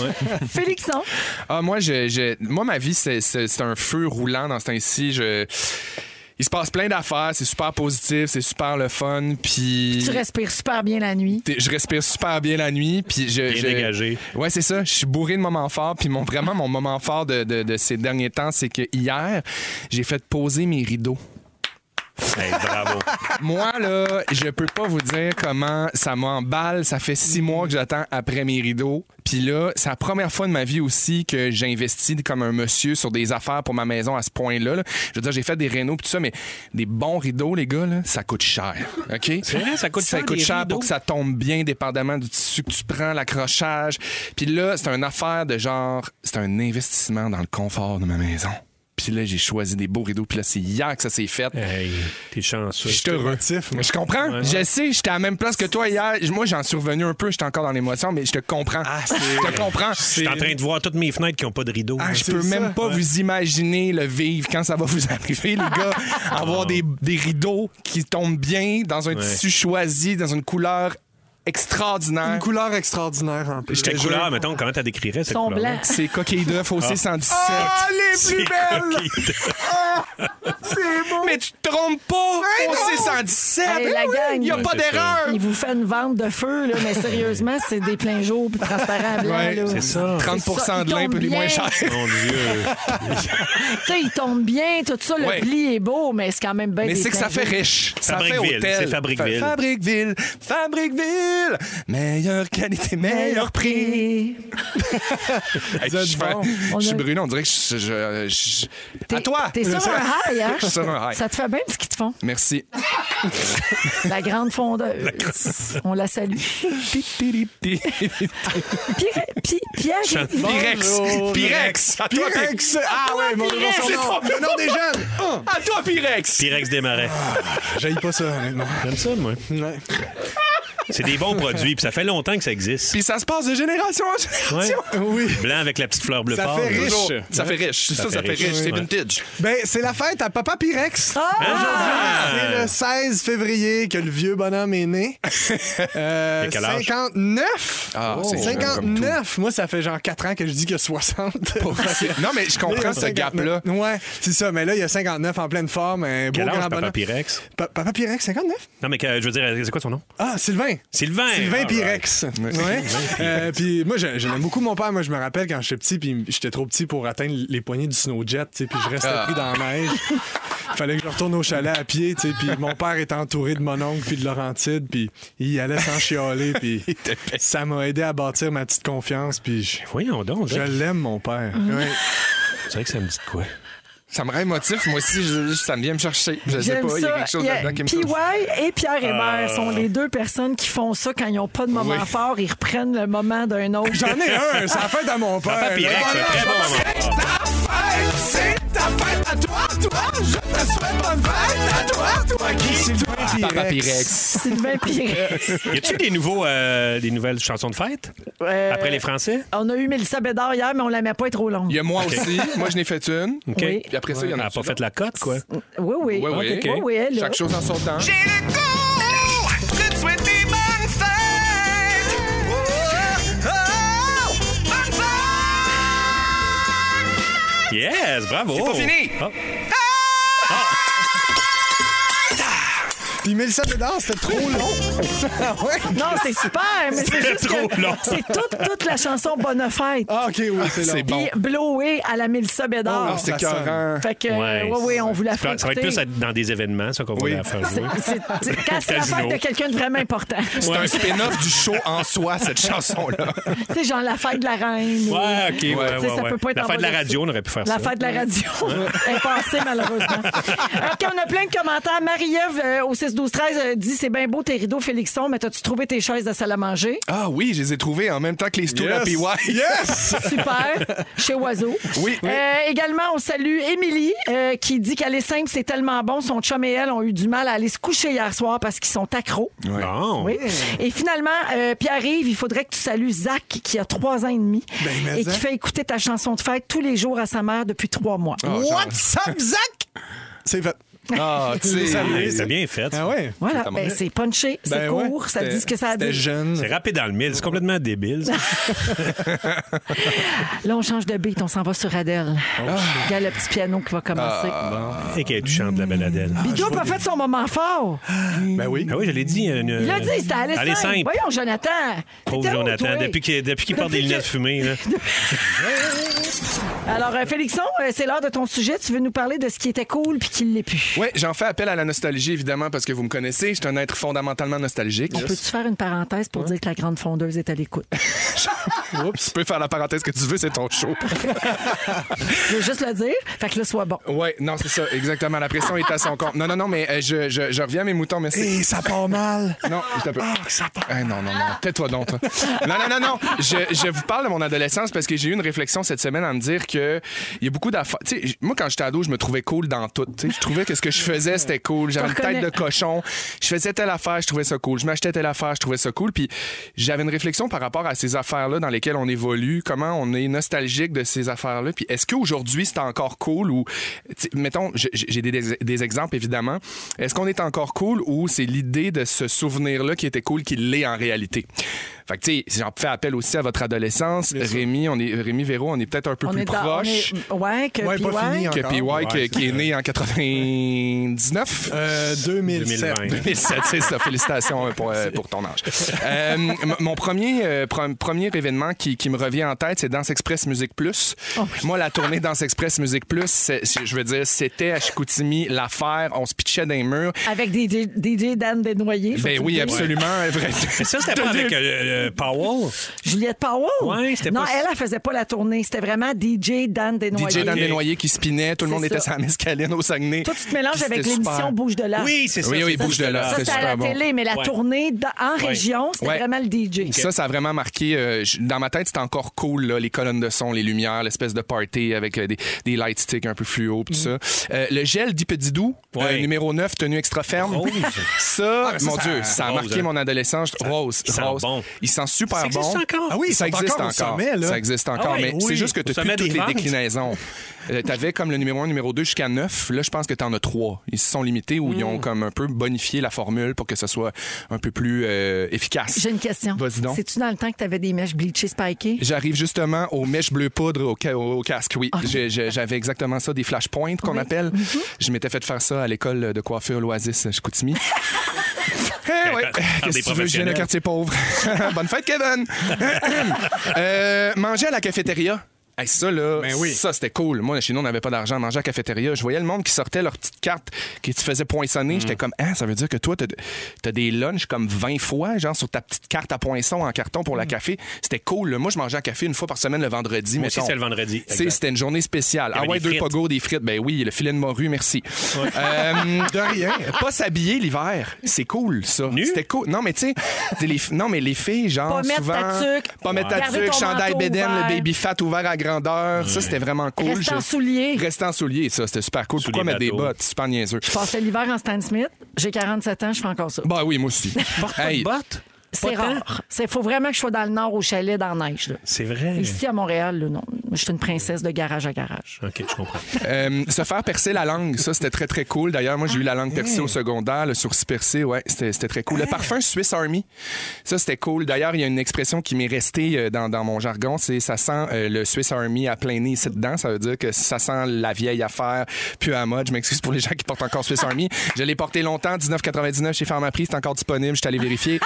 *laughs* Félixon, Ah, moi, je, je- moi, ma vie, c'est- c'est c'est un feu roulant dans ce temps-ci. Je... Il se passe plein d'affaires, c'est super positif, c'est super le fun, puis... tu respires super bien la nuit. T'es- Je respire super bien la nuit, puis je... Bien je- dégagé. Ouais, c'est ça. Je suis bourré de moments forts, puis mon, vraiment, mon moment fort de, de- de ces derniers temps, c'est que hier, j'ai fait poser mes rideaux. Hey, *laughs* bravo. Moi, là, je peux pas vous dire comment ça m'emballe. Ça fait six mois que j'attends après mes rideaux. Puis là, c'est la première fois de ma vie aussi que j'investis comme un monsieur sur des affaires pour ma maison à ce point-là. là. Je veux dire, j'ai fait des rénaux pis tout ça, mais des bons rideaux, les gars, là, ça coûte cher. OK? C'est vrai, ça coûte Ça cher, coûte des cher rideaux. pour que ça tombe bien, dépendamment du tissu que tu prends, l'accrochage. Puis là, c'est une affaire de genre, c'est un investissement dans le confort de ma maison. Puis là, j'ai choisi des beaux rideaux. Puis là, c'est hier que ça s'est fait. Hey, t'es chanceux. Je suis heureux. Motif, moi. Mais je comprends. Je sais, j'étais à la même place que toi hier. Moi, j'en suis revenu un peu. J'étais encore dans l'émotion, mais je te comprends. Ah, je te comprends. Je suis en train de voir toutes mes fenêtres qui n'ont pas de rideaux. Ah, je c'est peux ça. même pas vous imaginer le vivre quand ça va vous *laughs* arriver, les gars. Avoir des, des rideaux qui tombent bien dans un tissu choisi, dans une couleur extraordinaire. Une couleur extraordinaire en plus. J'étais couleur, mettons, comment t'as décrirais cette Ton couleur? blanc. C'est coquille d'œuf aussi 117. Ah, les C'est plus belles! Ah, coquille. C'est beau! Mais tu te trompes pas! Hey, OC non! 117! Hey, la gang. Il n'y Ben a Ouais, pas c'est ça. d'erreur! Il vous fait une vente de feu, là, mais sérieusement, c'est des pleins jours puis transparents blancs. Ouais, là. C'est ça. 30 de Ils lin tombent pour les moins bien. chers. Mon Dieu. Tu sais, il tombe bien, tout ça, le Ouais. pli est beau, mais c'est quand même bien Mais des c'est que pleins ça fait jours. riche. Ça fait Fabriqueville, hôtel. c'est Fabriqueville. Fa- Fabriqueville. Fabriqueville. Meilleure qualité, meilleur prix. Hey, je suis bon. je On suis a- brûlé, on dirait que je. je- je- T'es- À toi. T'es sur un high, hein? Je suis sur un high. Ça te fait bien ce qu'ils te font. Merci. La *laughs* grande fondeuse. On la salue. Pi- Pierre, Pi- Pierre, Pirex. Pirex. À toi, Pirex. Pirex! Ah ouais, mon nom, Pirex. son nom. Le nom des jeunes! Ah, À toi, Pirex. Pyrex Desmarais. J'aille pas ça, honnêtement. J'aime ça, moi. Ouais. C'est des bons produits, puis ça fait longtemps que ça existe. Puis ça se passe de génération en génération. Ouais. Oui. Blanc avec la petite fleur bleue Ça pâle. Hein? fait riche. Toujours. Ça fait riche. Ça, ça fait riche. C'est Ouais. vintage. Ben, c'est la fête à Papa Pirex. Ah! C'est le 16 février que le vieux bonhomme est né. Euh, Il a *laughs* quel âge? 59. Ah, c'est jeune comme 59. Oh. Moi, ça fait genre 4 ans que je dis qu'il y a 60. Non, mais je Là, il y comprends a ce 59. gap-là. Ouais, c'est ça. Mais là, il y a 59 en pleine forme. Un beau Quel âge, grand Papa bonhomme. Pyrex? Pa- Papa Pirex, 59? Non, mais que- je veux dire, euh, c'est quoi son nom? Ah, Sylvain. Sylvain! Ah, Sylvain All Pirex. *laughs* Ouais. Euh, puis moi, je- j'aimais beaucoup mon père. Moi, je me rappelle quand j'étais petit, puis j'étais trop petit pour atteindre les poignées du snowjet, tu sais, puis je restais Ah. pris dans la neige. Ah. Fallait que je retourne au chalet à pied, tu sais, puis mon père était entouré de mon oncle puis de Laurentide, puis il allait s'en *laughs* chialer, puis ça m'a aidé à bâtir ma petite confiance, puis je, Voyons donc, je là. l'aime, mon père. Ouais. c'est vrai que ça me dit de quoi? Ça me rend émotif. Moi aussi, je- ça me vient me chercher. Je sais J'aime pas, il y a ça. quelque chose Il y a- là-dedans qui me touche. Euh. PY et Pierre Hébert sont les deux personnes qui font ça quand ils n'ont pas de moment Oui. fort. Ils reprennent le moment d'un autre. J'en ai un, c'est la fête à mon père. Papa Pirex, c'est un très bon moment. Papa Pirex. *laughs* Sylvain *laughs* Pirex. Y a-tu des, nouveaux, euh, des nouvelles chansons de fête? Euh, Après les Français? On a eu Mélissa Bédard hier, mais on la met pas trop longue. Il y a moi aussi. Moi, je n'ai fait une. OK. Oui. Mm. Puis après ça, il y en Elle a a pas fait la cote, quoi. Oui, oui. Oui, oui. oui, oui, elle, là. Chaque chose en son temps. J'ai le goût de te souhaiter bonne fête. Oh, oh, oh, bonne fête. Oh. Ah. Ah! Yes, bravo! Ah. C'est pas fini. Oh. Il met le sable dedans, c'était trop *laughs* long. Ah ouais? Non, c'est super, *laughs* mais c'est C'était juste trop que long. c'est toute, toute la chanson Bonne fête. Ah, OK, oui, c'est C'est long. bon. Puis Blowé à la Mélissa Bédard. Ah, C'est ça sonne. écœurant. Fait que, Ouais, oui, oui, Euh, on vous la Ça fait. va être écouter. plus *laughs* à- dans des événements, ça, qu'on Oui. va la faire jouer. *laughs* C'est- c'est- Quand c'est la fête Casino. de quelqu'un de vraiment important. C'est un spin-off du show en soi, cette chanson-là. tu sais, genre la fête de la reine. ou- Ouais, OK, ouais, Tu sais, ouais, ça ouais. peut pas être La fête de envoyé- la radio, on aurait pu faire La ça. fête de la radio est passée, malheureusement. OK, on a plein de commentaires. Marie-Ève, euh, au 6-12-13, euh, dit C'est bien beau tes rideaux, Félixon, mais t'as-tu trouvé tes chaises de salle *laughs* à manger Ah oui, je les ai trouvés en même temps que les stools à PY. Yes! Super, chez Oiseau. Oui, oui. Euh, également, on salue Émilie, euh, qui dit qu'elle est simple, c'est tellement bon. Son chum et elle ont eu du mal à aller se coucher hier soir parce qu'ils sont accros. Bon. Oui. Et finalement, euh, Pierre-Yves, il faudrait que tu salues Zach, qui a trois ans et demi, Ben, mais et qui Zach. fait écouter ta chanson de fête tous les jours à sa mère depuis trois mois. Ah, What's up, Zach? C'est fait. Ah, tu sais. Ouais, C'est bien fait. Ah ouais? Voilà, ben, c'est punché, c'est Ben ouais, court, ça c'était- dit ce que ça a c'était dit. jeune. C'est rapide dans le mille, c'est complètement débile. ça. Là, on change de beat, on s'en va sur Adèle. Ah, Il y a le petit piano qui va commencer. Et qu'elle est touchante, la belle Adèle. Bidou a fait son moment fort. Ben oui. Ah oui, je l'ai dit. Une, Il Euh, a dit, c'était allez Allez simple. simple. Voyons, Jonathan. Pauvre T'étais où, Jonathan, toi? depuis qu'il depuis qu'il porte des Depuis lunettes que- fumées. Là. Alors, euh, Félixon, euh, c'est l'heure de ton sujet. Tu veux nous parler de ce qui était cool puis qui ne l'est plus. Oui, j'en fais appel à la nostalgie, évidemment, parce que vous me connaissez. Je suis un être fondamentalement nostalgique. On peut-tu faire une parenthèse pour dire que la grande fondeuse est à l'écoute? *laughs* Tu peux faire la parenthèse que tu veux, c'est ton show. Je veux juste le dire. Fait que là, soit bon. Oui, non, c'est ça, exactement. La pression est à son compte. Non, non, non, mais euh, je, je, je reviens à mes moutons, merci. Et ça *laughs* part mal. Non, je peux. Ah, non, non, non. Tais-toi donc, toi. Non, non, non, non. Je, je vous parle de mon adolescence parce que j'ai eu une réflexion cette semaine à me dire que il y a beaucoup d'affaires. Tu sais, j- moi, quand j'étais ado, je me trouvais cool dans tout. Tu sais, je trouvais que ce que je faisais, c'était cool. J'avais une reconnais. tête de cochon. Je faisais telle affaire, je trouvais ça cool. Je m'achetais telle affaire, je trouvais ça cool. Puis j'avais une réflexion par rapport à ces affaires-là dans lesquelles on évolue, comment on est nostalgique de ces affaires-là. Puis est-ce qu'aujourd'hui, c'est encore cool ou, tu sais, mettons, j- j- j'ai des, des exemples évidemment. Est-ce qu'on est encore cool ou c'est l'idée de ce souvenir-là qui était cool qui l'est en réalité? Fait que, tu sais, j'en fais appel aussi à votre adolescence. Rémi, on est, Rémi Véro, on est peut-être un peu plus est dans- proche. on est- ouais, que Ouais, puis pas fini ouais. Que encore. PY, qui- c'est qui est né en 99. Euh, 2007. 2020. 2007, c'est ça. Félicitations euh, pour, euh, pour ton âge. Euh, m- mon premier, euh, pro- premier événement qui, qui me revient en tête, c'est Danse Express Musique Plus. Oh Moi, la tournée Danse Express Musique Plus, c'est- c'est- je veux dire, c'était à Chicoutimi l'affaire. On se pitchait dans les murs. Avec des D- DJ Dan Desnoyers. Ben faut-tu le oui, dire. absolument. Vrai- Mais ça, c'était pas avec euh, euh, Powell. Juliette Powell. Ouais, c'était non, pas- elle, elle faisait pas la tournée. C'était vraiment DJ Dan Desnoyers. DJ Dan Ok. Desnoyers qui spinait, tout le C'est monde était ça. sur la mescaline au Saguenay. Toi, tu te mélanges Puis avec c'était l'émission super. Bouge de l'art. Oui, c'est ça. Oui, oui, c'est ça, bouge de c'est là. ça. Ça, c'est c'était à la super bon. télé, mais la Ouais. tournée dans- en Ouais. région, c'était Ouais. vraiment le DJ. Ça, ça a vraiment marqué. euh, j- dans ma tête, c'était encore cool, là, les colonnes de son, les lumières, l'espèce de party avec euh, des, des light sticks un peu fluo, pis tout ça. Euh, le gel d'Ipedidou, Ouais. numéro 9, tenue extra ferme. Rose. Ça, Ah, mais ça, mon ça- Dieu, ça a Rose, marqué hein. mon adolescence. Rose, il sent Rose. bon. Il sent super Ça existe bon. encore? Ah oui, ils sont ça existe encore au encore. sommet, là. Ça existe encore, Ah ouais, mais oui. c'est juste que Au tu sommet plus toutes des les ventes. déclinaisons. *laughs* Euh, T'avais comme le numéro 1, numéro 2 jusqu'à 9. Là, je pense que t'en as 3. Ils se sont limités ou ils Hmm. ont comme un peu bonifié la formule pour que ce soit un peu plus euh, efficace. J'ai une question. Vas-y donc. C'est-tu dans le temps que tu avais des mèches bleachées spikées? J'arrive justement aux mèches bleu poudre au, ca- au casque, oui. J'ai- j'ai- J'avais exactement ça, des flashpoints qu'on Oui. appelle. Je m'étais fait faire ça à l'école de coiffure L'Oasis, je Chicoutimi. Eh ouais. Par- par Qu'est-ce des que tu veux, je viens d'un professionnels. quartier pauvre. *laughs* Bonne fête, Kevin! *laughs* Euh, manger à la cafétéria. Hey, ça, là, Ben oui. ça, c'était cool. Moi, chez nous, on n'avait pas d'argent à manger à la cafétéria. Je voyais le monde qui sortait leur petite carte qui te faisait Mm. poinçonner. J'étais comme, ah, ça veut dire que toi, t'as as des lunchs comme 20 fois, genre, sur ta petite carte à poinçon en carton pour la café. C'était cool. là. Moi, je mangeais un café une fois par semaine le Mm. vendredi. Moi aussi, mettons. c'est le vendredi. Tu sais, Exact. C'était une journée spéciale. y Ah avait ouais, des deux frites. pogos, des frites. Ben oui, le filet de morue, merci. Euh, De rien. pas s'habiller l'hiver, c'est cool ça. Nu? C'était cool. Non mais tu sais, t'es les fi- non mais les filles genre Pas mettre souvent ta tuque. pas mettre ta Garder tuque, ton chandail manteau bédaine, ouvert. le baby fat ouvert à grandeur, ça c'était vraiment cool. Rester en Je- souliers. Rester en souliers, ça c'était super cool. Sous Pourquoi les mettre bateaux. des bottes, C'est super niaiseux. Je passais l'hiver en Stan Smith. J'ai 47 ans, je fais encore ça. Bah oui, moi aussi. Porte Pas de bottes? C'est Pas tant. rare. Il faut vraiment que je sois dans le nord au chalet, dans la neige. là. C'est vrai. Ici, à Montréal, là, non. Je suis une princesse de garage à garage. OK, je comprends. Euh, se faire percer la langue, ça, c'était très, très cool. D'ailleurs, moi, j'ai eu la langue percée Ah. au secondaire, le sourcil percé, ouais, c'était c'était très cool. Le parfum Swiss Army, ça, c'était cool. D'ailleurs, il y a une expression qui m'est restée euh, dans, dans mon jargon, c'est ça sent euh, le Swiss Army à plein nez ici dedans. Ça veut dire que ça sent la vieille affaire, puis à la mode. Je m'excuse pour les gens qui portent encore Swiss Army. Je l'ai porté longtemps, 19,99 chez Pharmaprix, c'est encore disponible, je suis *laughs* allé vérifier.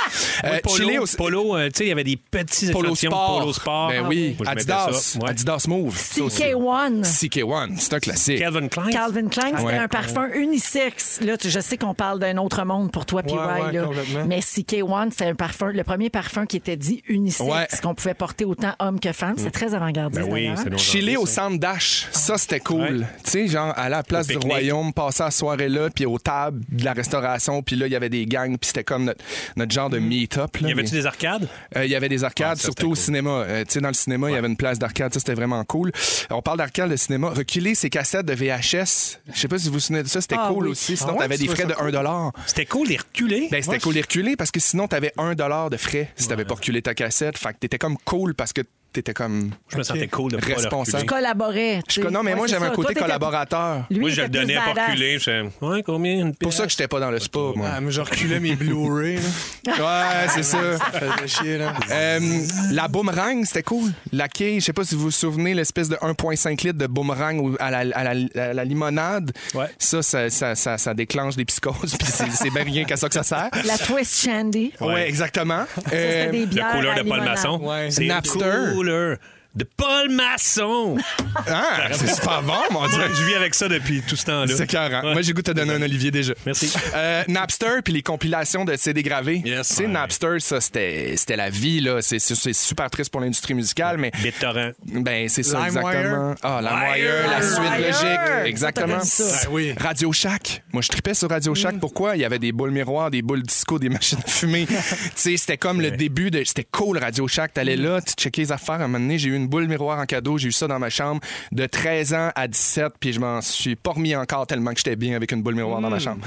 Euh, polo, Chili aussi- polo, euh, tu sais, il y avait des petits Polo échantillons de Sport. Polo Sport. Ah Ben oui, Moi, je mettais Adidas. ça. Ouais. Adidas Move. ça aussi. CK1. CK1, c'est un classique. Calvin Klein. Calvin Klein, c'était Ouais. un parfum unisexe. Là, tu- je sais qu'on parle d'un autre monde pour toi, PY. ouais, là. complètement. Mais CK1, c'était un parfum, le premier parfum qui était dit unisexe, Ouais. qu'on pouvait porter autant homme que femme. C'est très avant-gardiste. Ben oui, d'ailleurs. c'est nos Chiller genres, au ça. centre d'Ache, ça c'était cool. Ouais. Tu sais, genre aller à la place Au du pique-nique. royaume, passer la soirée là, puis aux tables de la restauration, puis là il y avait des gangs, puis c'était comme notre, notre genre de meet-up. là, Mm. Y avait-tu mais- des arcades? Euh, il y avait des arcades, Ah, ça, surtout au c'était cool. cinéma. Euh, tu sais, dans le cinéma, il y avait une place d'arcade, ça c'était vraiment cool. On parle d'arcade, de cinéma. Reculer ses cassettes de VHS, je sais pas si vous vous souvenez de ça, c'était Ah, cool oui. aussi. Sinon, Ah ouais, t'avais tu des vois frais ça de 1 dollar. C'était cool, les reculés. Ben, c'était cool les reculer parce que sinon, t'avais 1 dollar de frais si t'avais pas reculé ta cassette. Fait que t'étais comme cool parce que t'étais comme. Je me sentais cool de pas Responsable. Tu collaborais. tu Je- sais. non, mais Ouais, moi, c'est j'avais un ça. côté Toi, t'étais- collaborateur. Lui, Moi, je était le donnais plus pour badass. reculer. Je... Ouais, combien? Une pour ça que j'étais pas dans le spa, moi. Ah, moi, je reculais mes Blu-ray. là. Ouais, c'est ça. Ça faisait chier, là. Euh, la boomerang, c'était cool. La quille, je sais pas si vous vous souvenez, l'espèce de 1,5 litres de boomerang au- à la, à la- à la limonade. Ouais. Ça, ça, ça, ça- ça déclenche des psychoses, *laughs* puis c'est c'est bien rien qu'à ça que ça sert. La Twist Shandy. Ça, Ouais, exactement. c'était Euh, des La bières couleur à de Paul limonade. Masson. Ouais. C'est la Napster. couleur de Paul Masson. ah, c'est super bon, mon Dieu. Je vis avec ça depuis tout ce temps-là. C'est carré. Ouais. Moi, j'ai goût de te donner un Olivier déjà. *laughs* Merci. Euh, Napster puis les compilations de CD gravés. Yes. Tu sais, Ouais. Napster, ça, c'était c'était la vie, là. C'est- C'est c'est super triste pour l'industrie musicale, mais. BitTorrent. Ben, c'est ça, LimeWire. exactement. Ah, la Wire. la suite Wire. logique. T'as Exactement. dit Ben ça. Mm. Ah oui. Radio Shack. Moi, je tripais sur Radio Shack. Pourquoi? Il y avait des boules miroirs, des boules disco, des *laughs* machines à *laughs* fumer. tu sais, c'était comme le début de. C'était cool, Radio Shack. T'allais Mm. là, tu checkais les affaires. À un moment donné, j'ai eu une boule miroir en cadeau. J'ai eu ça dans ma chambre de 13 ans à 17. Puis je m'en suis pas remis encore tellement que j'étais bien avec une boule miroir Mm. dans ma chambre.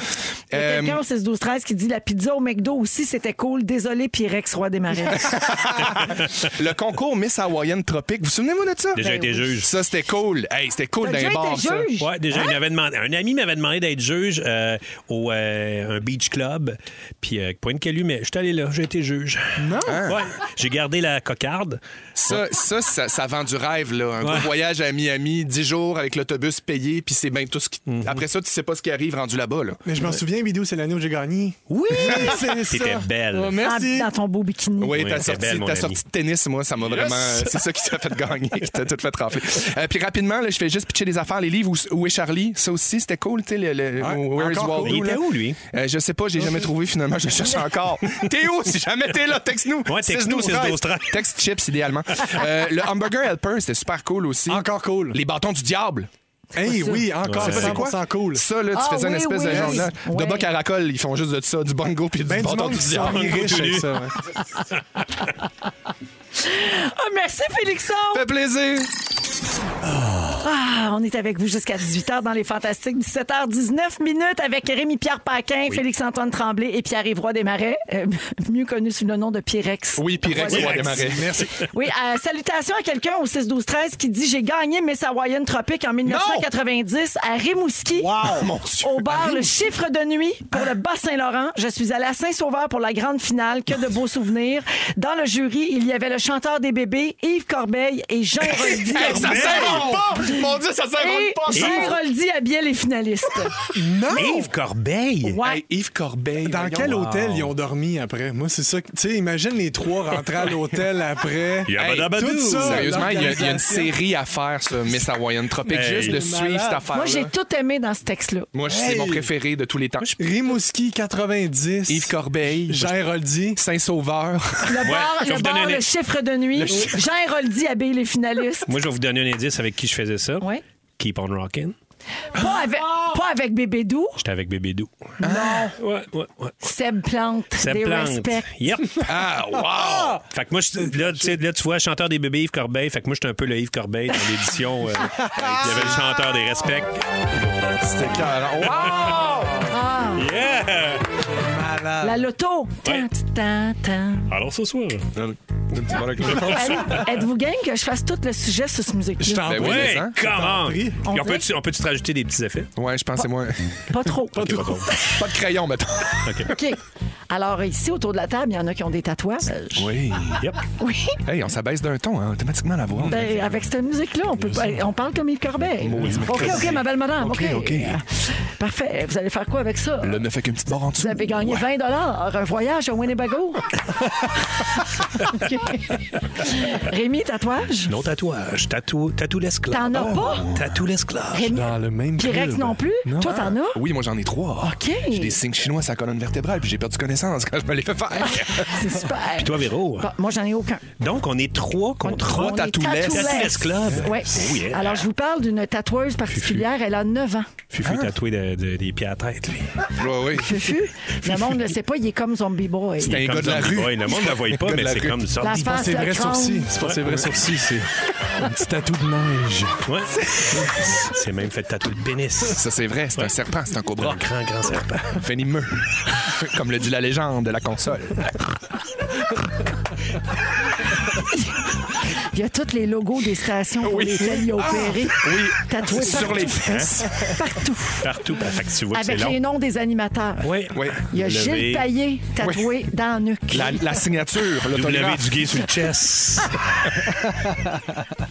Il y a Euh, quelqu'un au 16 12 13 qui dit la pizza au McDo aussi, c'était cool. Désolé, Pyrex, roi des marais. le concours Miss Hawaiian Tropic. Vous vous souvenez-vous de ça? Déjà Ben été oui. juge. Hein? Ça, c'était cool. Hey, c'était cool T'as d'un déjà été bar, ça. juge? Ouais, déjà, il m'avait demandé, un ami m'avait demandé d'être juge euh, au euh, un beach club, puis euh, Pointe mais je suis allé là, j'ai été juge. Non. Ouais, j'ai gardé la cocarde. Ça, ça, ça, ça vend du rêve, là. Un gros Ouais. voyage à Miami, 10 jours avec l'autobus payé, puis c'est bien tout ce qui. Mhm. Après ça, tu sais pas ce qui arrive rendu là-bas, là. Mais je m'en souviens, vidéo, c'est l'année où j'ai gagné. Oui. *laughs* C'est T'étais ça. belle. Oh, En- merci. Dans ton beau bikini. Oui, Oui, ta c'est sortie, belle, mon ta ami. sortie de tennis, moi, ça m'a vraiment. C'est ça qui t'a fait gagner, qui t'a tout fait rafler. Euh, puis rapidement, là, je fais juste pitcher des affaires. Les livres, où, Où est Charlie? Ça aussi, c'était cool, tu sais, le, le- au Where's encore Waldo, cool. Il était là. où, lui? Euh, je sais pas, j'ai jamais trouvé, finalement, je *laughs* cherche encore. t'es où? Si jamais t'es là, texte-nous. Ouais, texte-nous, 6-12-13. 6-12-13. Texte chips, idéalement. Euh, le Hamburger Helper, c'était super cool aussi. Encore cool. Les bâtons du diable. Hey, oui, encore. Ouais. C'est C'est quoi? cool. Ça, là, tu Ah, faisais une oui, espèce de oui. genre Ouais. de bas caracol. Ils font juste de ça, du bongo puis du Ben du bâton monde du qui sont diable. riches avec ça. ouais. Ah, merci, Félixon. fait plaisir. Ah, on est avec vous jusqu'à 18h dans les Fantastiques. 17h19 minutes avec Rémi-Pierre Paquin, Félix-Antoine Tremblay et Pierre-Yves Roy Desmarais, euh, mieux connu sous le nom de Pyrex. Oui, Pyrex, roi des marais. Merci. Oui, euh, salutations à quelqu'un au 6-12-13 qui dit J'ai gagné Miss Hawaiian Tropic en 1990 à Rimouski. *laughs* Mon Dieu. Au bar, le chiffre de nuit pour le Bas-Saint-Laurent. Je suis allée à Saint-Sauveur pour la grande finale. Que de beaux souvenirs. Dans le jury, il y avait le chanteur des bébés, Yves Corbeil et *laughs* Jean Roldy. Hey, ça s'invente pas! Mon Dieu, ça s'invente Et pas! ça. Jean Roldy habillait les finalistes. Yves Corbeil. Ouais. Hey, Yves Corbeil. Dans voyons. quel Wow. hôtel ils ont dormi après? Moi, c'est ça. que- Tu sais, imagine les trois rentrer à l'hôtel après. Yabadabadou. tout ça. Sérieusement, il y, a, il y a une série à faire, ce Miss Hawaiian Tropic. Hey. Juste de suivre cette affaire. Moi, j'ai tout aimé dans ce texte-là. Moi, c'est Hey. mon préféré de tous les temps. Rimouski 90. Yves Corbeil. Jean Roldi. *laughs* Saint-Sauveur. Le bar, je vais le, vous bar, donner un- le chiffre de nuit. Jean Roldy habille les finalistes. Moi, je vais vous donner un indice avec qui je faisais ça. Ouais. Keep on rockin'. Pas avec, pas avec Bébé Doux, J'étais avec Bébé Doux. Non. Ouais, ouais, ouais. Seb Plante, Seb des Plante. respects. Yep. Ah, wow! *laughs* Fait que moi, je- là, tu sais, là, tu vois, chanteur des bébés Yves Corbeil. Fait que moi, j'étais un peu le Yves Corbeil dans *laughs* l'édition. euh, il y avait le chanteur des respects. Ah. C'était carré. Wow! Yeah! malade. La loto. Ouais. Tan, tan, tan. Alors ce soir. Allez, Êtes-vous game que je fasse tout le sujet sur cette musique Je t'en Ben oui, prie. Ouais, mais, hein? comment? Compris. Puis On On dirait- peut-tu on peut-tu te rajouter des petits effets? Ouais, je pensais moi. Pas trop. Ok, pas trop. Pas de crayon, mettons. OK. Alors, ici, autour de la table, il y en a qui ont des tatouages. Oui. Yep. Oui. Hey, on s'abaisse d'un ton, hein, automatiquement la voix. Ben, avec cette musique-là, on peut pas- on parle comme Yves Corbeil. OK, OK, ma belle madame. OK, OK. Parfait. Vous allez faire quoi avec ça? Là, ne fait qu'une petite barre en dessous. Vous avez gagné 20 un voyage à Winnebago. OK. Rémi, tatouage? Non tatouage. Tatou, tatou l'esclave. T'en as pas? Tatou l'esclave. Rémi, Dans le même Pyrex club. non plus? Toi, t'en as? Oui, moi j'en ai trois. OK. J'ai des signes chinois sur la colonne vertébrale, puis j'ai perdu connaissance quand je me les fais faire. C'est super. Puis toi, Véro? hein. moi, j'en ai aucun. Donc, on est trois contre On trois est tatoulesses. tatoulesses. Tatoulesses club. Ouais. Oh, yeah. Alors, je vous parle d'une tatoueuse particulière. Elle a 9 ans. Fufu tatoué de- de- des pieds à la tête, lui. oui, oui. Fufu, le monde ne le sait pas, Ben, il est comme Zombie Boy. C'est un Comme gars de la Zombie rue. Boy. Le monde ne la voit gars pas, de mais la c'est rue. comme ça. La C'est pas face, ses le vrais crâne. sourcils. C'est pas ses vrais sourcils, c'est un petit tatou de neige. Ouais. C'est même fait tatouer le pénis. Ça c'est vrai, c'est un serpent, c'est un cobra. Un grand, grand serpent. Venimeux. *laughs* Comme le dit la légende de la console. Il y a tous les logos des stations pour lesquelles il a opéré. Oui. Tatoué Sur partout. les fesses. Partout. Partout. Ben, Fait que tu vois que c'est Avec les long. noms des animateurs. Oui. Oui. Il y a Levé. Gilles Paillet tatoué dans la nuque. La, la signature, W l'autographe. du gay sur le chest.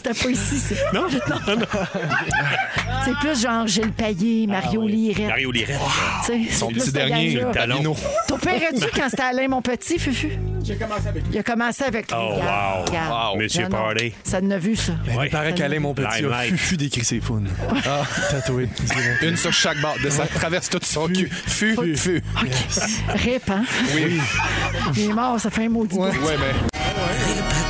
T'as pas ici, c'est. *laughs* non, non, Ah non. C'est plus genre Gilles Paillet, Mario Lirette. Mario Lirette. tu sais, c'est Son plus petit ce dernier, gang-là. le talon. T'opérais-tu quand c'était Alain, mon petit, Fufu? J'ai commencé avec lui. Il a Oh, commencé avec lui. wow. Wow. Monsieur Party. Ça ne vu, ça. Ouais. Il paraît qu'Alain, mon petit, a Limelight. fufu d'écrit ses founes. Ah, tatoué. direct. Une sur chaque barre. De ça traverse tout son cul. Fu, fu. Rip, hein? Oui. Il est mort, ça fait un maudit. bout. Ouais, mais.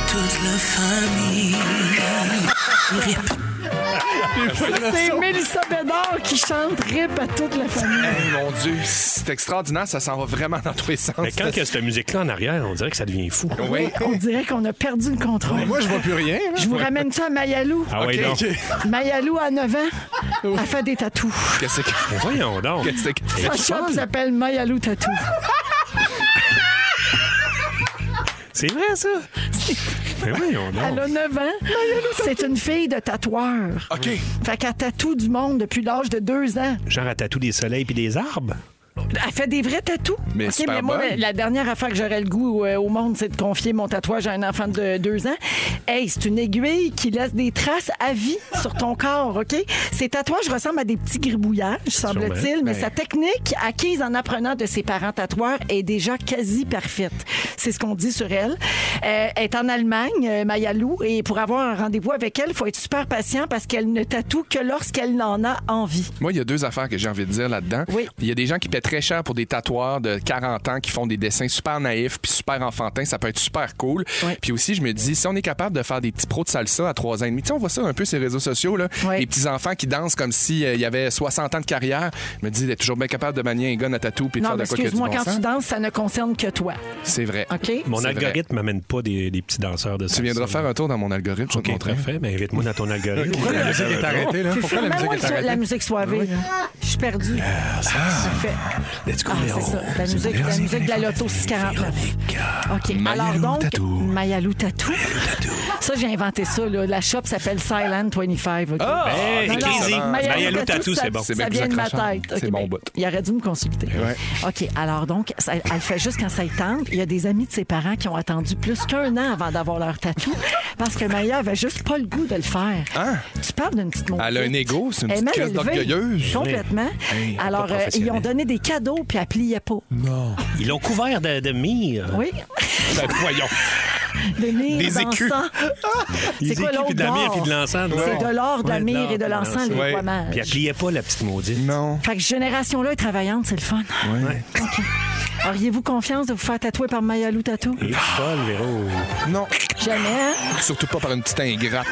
C'est Mélissa Bédard qui chante Rip à toute la famille. Hey, mon Dieu, c'est extraordinaire, ça s'en va vraiment dans tous les sens. Mais quand il y a cette musique-là en arrière, on dirait que ça devient fou. Oui. On dirait qu'on a perdu le contrôle. Moi, je vois plus rien. là. Je vous ramène ça à Mayalou. Ah ouais, donc. Mayalou, à 9 ans, a fait des tatous. Qu'est-ce que Ben, Voyons donc. qu'est-ce que c'est? Sa shop s'appelle Mayalou Tatou. C'est vrai, ça? Mais voyons Elle donc. a 9 ans. C'est une fille de tatoueur. OK. Fait qu'elle tatoue du monde depuis l'âge de 2 ans. Genre, elle tatoue des soleils puis des arbres. Elle fait des vrais tatous. Mais OK, super moi, bonne. la dernière affaire que j'aurais le goût euh, au monde, c'est de confier mon tatouage à un enfant de deux ans. Hey, c'est une aiguille qui laisse des traces à vie sur ton corps, OK? Ces tatouages ressemblent à des petits gribouillages, semble-t-il, Ben. mais sa technique, acquise en apprenant de ses parents tatoueurs, est déjà quasi parfaite. C'est ce qu'on dit sur elle. Euh, elle est en Allemagne, euh, Mayalou, et pour avoir un rendez-vous avec elle, il faut être super patient parce qu'elle ne tatoue que lorsqu'elle en a envie. Moi, il y a deux affaires que j'ai envie de dire là-dedans. Oui. Il y a des gens qui paient très cher pour des tatoueurs de 40 ans qui font des dessins super naïfs puis super enfantins. Ça peut être super cool. Oui. Puis aussi, je me dis, si on est capable de faire des petits pros de salsa à 3 ans et demi, tu sais, on voit ça un peu sur les réseaux sociaux, là. Oui. Les petits enfants qui dansent comme s'il y avait 60 ans de carrière. Je me dis, d'être toujours bien capable de manier un gun à tatou puis de Non, faire mais de quoi que du excuse-moi, bon quand sens. tu danses, ça ne concerne que toi. C'est vrai. OK? Mon C'est algorithme m'amène pas des, des petits danseurs de ça. Tu viendras faire un tour dans mon algorithme, je vais te OK, montrer. très fait. Mais invite-moi dans ton algorithme. Pourquoi la musique est arrêtée, là? Pourquoi Même la musique moi, le est so- arrêtée? hein. Euh, la musique soivée. Je suis perdue. ah. Parfait. Let's go, Ah, Véro. c'est ça. La musique, la musique de la loto 649. OK. Alors Mayalou donc, Tatou. Mayalou Tatou. Ça, j'ai inventé ça. là. La shop s'appelle Silent 25. OK? Ah! Hey, Non, non, Crazy. Mayalou Tatou, ça- c'est bon. C'est Ça bien vient plus de ma accrocheur. tête. OK, C'est bon ben, bout. Il aurait dû me consulter. OK, alors donc, ça- elle le fait juste quand ça y tente. Il y a des amis de ses parents qui ont attendu plus qu'un an avant d'avoir leur tatou parce que Maya avait juste pas le goût de le faire. Hein? Tu parles d'une petite montée. Elle a un ego, c'est une Elle est petite mal crise élevée, d'orgueilleuse. Complètement. Hey, pas alors, euh, ils professionnelle. ont donné des cadeaux puis elle pliait pas. Ils l'ont couvert de, de mire. Oui, *laughs* Ben, voyons. des mires Des d'encens. écus. C'est Des quoi écus, l'autre puis de la mire, d'or? puis de l'encens. C'est de l'or, de la Ouais, mire et de puis l'encens, les Ouais. poimages. Puis elle pliait pas, la petite maudite. Non. Fait que cette génération-là est travaillante, c'est le fun. Ouais. Auriez-vous confiance de vous faire tatouer par Mayalou Tatou? Elle est folle, Véro. Non. Jamais, hein? Surtout pas par une petite ingrate.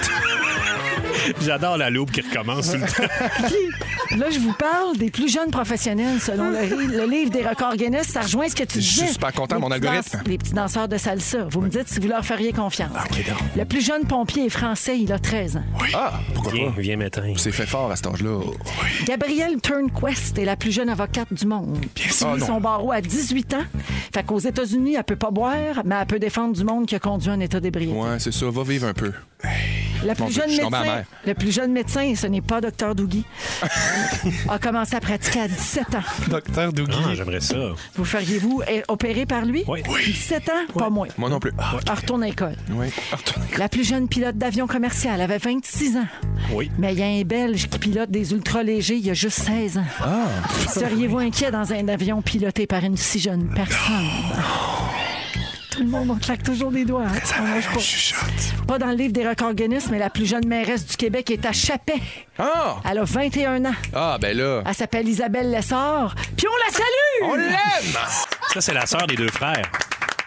J'adore la loupe qui recommence tout le temps. Là, je vous parle des plus jeunes professionnels selon le, ri- le livre des records Guinness. Ça rejoint ce que tu Je suis disais. super content, Les mon petits algorithme. danse- les petits danseurs de salsa. Vous me dites si vous leur feriez confiance. Ok, donc. Le plus jeune pompier est français, il a 13 ans. Ah, pourquoi Viens, pas? viens m'éteindre. C'est fait fort à cet âge-là. Gabrielle Turnquest est la plus jeune avocate du monde. Puis Ah, non. son barreau à 18 ans. Fait qu'aux États-Unis, elle peut pas boire, mais elle peut défendre du monde qui a conduit en état d'ébriété. Ouais, c'est ça. Va vivre un peu. Le Mon plus, Dieu, jeune je suis tombé médecin, amer. le plus jeune médecin, et ce n'est pas *laughs* Dr Dougie, a commencé à pratiquer à 17 ans. Docteur Dougie. Ah, j'aimerais ça. Vous feriez-vous é- opérer par lui? Oui. 17 ans, pas moins. Moi non plus. Ah, Elle retourne à l'école. oui. La plus jeune pilote d'avion commercial avait 26 ans. Oui. Mais il y a un Belge qui pilote des ultra-légers, il y a juste 16 ans. Ah. Seriez-vous inquiet dans un avion piloté par une si jeune personne? Tout le monde, on claque toujours des doigts. hein. On lâche pas. Pas dans le livre des records Guinness, mais la plus jeune mairesse du Québec est à Chapet. Ah! Elle a 21 ans. Ah, ben là. Elle s'appelle Isabelle Lessard. Puis on la salue! On l'aime! Ça, c'est la sœur des deux frères.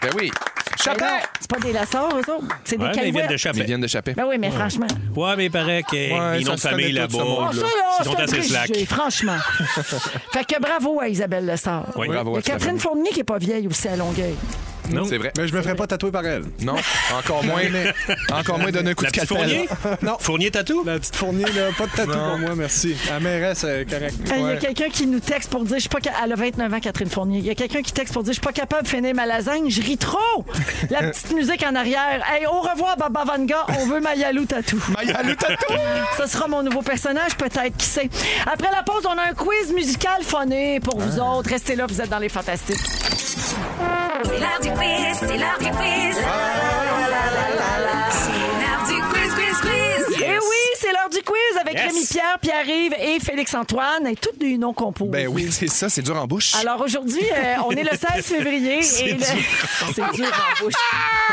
Ben oui. Ben non, Chapin! C'est pas des Lessards, eux autres. C'est des Ouais, mais ils viennent de Caillouettes. Ils Chapin. viennent de Chapin. Ben oui, mais franchement. Ouais, Oh, mais il paraît qu'ils Ouais, ont ça de se famille connaît tout, ce là-bas. Ah, monde-là. ça, là, Ils sont c'est un assez slack. *laughs* préjugé, franchement. fait que bravo à Isabelle Lessard. Oui. Bravo à Et toute la Catherine famille. Fournier qui est pas vieille aussi à Longueuil. Ben Non. C'est vrai. Mais je me ferais pas tatouer par elle. Non, encore moins. encore moins donner un coup La de petite calpel. Fournier? Non. Fournier tatou? La petite fournier, là, pas de tatou Non. pour moi, merci. La mairesse, c'est correct. Il Euh, y a Ouais. quelqu'un qui nous texte pour dire, je suis pas ca- elle a 29 ans, Catherine Fournier. Il y a quelqu'un qui texte pour dire, je suis pas capable de finir ma lasagne, je ris trop. La *laughs* petite musique en arrière. Hey, au revoir, Baba Vanga, on veut Mayalou Tatou. Mayalou Tatou! Ce sera mon nouveau personnage, peut-être, qui sait. Après la pause, on a un quiz musical phoné pour vous Ah. autres. Restez là, vous êtes dans les fantastiques. C'est l'heure du quiz, c'est l'heure du quiz. C'est l'heure du quiz, quiz, quiz. Eh oui, c'est l'heure du quiz avec Yes. Rémi Pierre, Pierre-Yves et Félix-Antoine, et tous des noms qu'on pose. Ben oui, c'est ça, c'est dur en bouche. Alors aujourd'hui, euh, on est *laughs* le 16 février et le- c'est dur en bouche.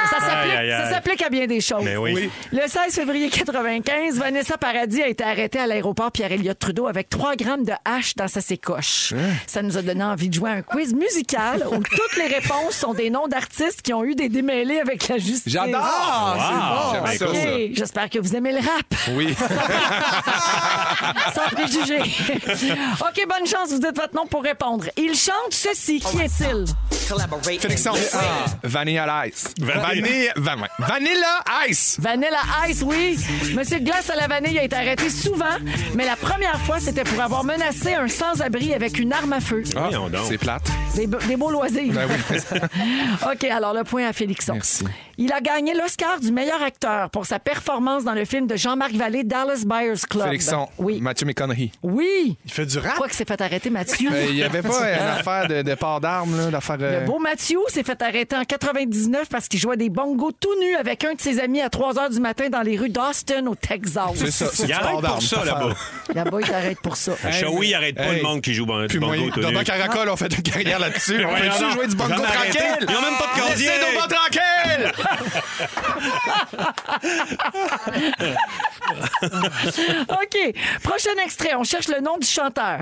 Ça s'applique- Aïe, aïe, aïe. ça s'applique à bien des choses. Mais Ben oui. Le 16 février 95, Vanessa Paradis a été arrêtée à l'aéroport pierre Elliott Trudeau avec 3 grammes de hache dans sa sacoche. Hein? Ça nous a donné envie de jouer à un quiz musical *laughs* où toutes les réponses sont des noms d'artistes qui ont eu des démêlés avec la justice. Ah, J'adore! Wow! J'aime Ben, ça, OK, ça. J'espère que vous aimez *laughs* le rap. Oui. Sans préjugés. OK, bonne chance, vous dites votre nom pour répondre. Il chante ceci. Oh, Qui est-il? Félix ah. Vanilla Ice. Vanilla, Van- ben Vanilla Ice! Vanilla Ice, oui. Monsieur Glace à la vanille a été arrêté souvent, mais la première fois, c'était pour avoir menacé un sans-abri avec une arme à feu. Ah, Voyons donc. c'est plate. Des, be- des beaux loisirs. Ben oui. *laughs* OK, alors le point à Félixon. Merci. Il a gagné l'Oscar du meilleur acteur pour sa performance dans le film de Jean-Marc Vallée, Dallas Buyers Club. Félixon, Ah, ben, Oui. Mathieu McConaughey. Oui. Il fait du rap. Quoi que c'est fait arrêter, Mathieu? Ben, Il n'y avait pas euh, une affaire de, de port d'armes, là, d'affaire. euh, Ah. Le beau Mathieu s'est fait arrêter en 99 parce qu'il jouait des bongos tout nus avec un de ses amis à 3 h du matin dans les rues d'Austin, au Texas. C'est ça, c'est Il du y a port d'armes. pour ça cette là-bas. affaire. Là-bas, il t'arrête pour ça. À Shawi, il arrête pas Eh, hey. le monde qui joue bon- du Puis moi, bongo tout dans nu. un caracol, on fait une carrière là-dessus. On Ouais, peut-tu non, jouer du bongo j'en ai arrêté. tranquille? Ils ont même pas de cordier. Laissez nos bancs tranquilles! *laughs* OK. Prochain extrait. On cherche le nom du chanteur.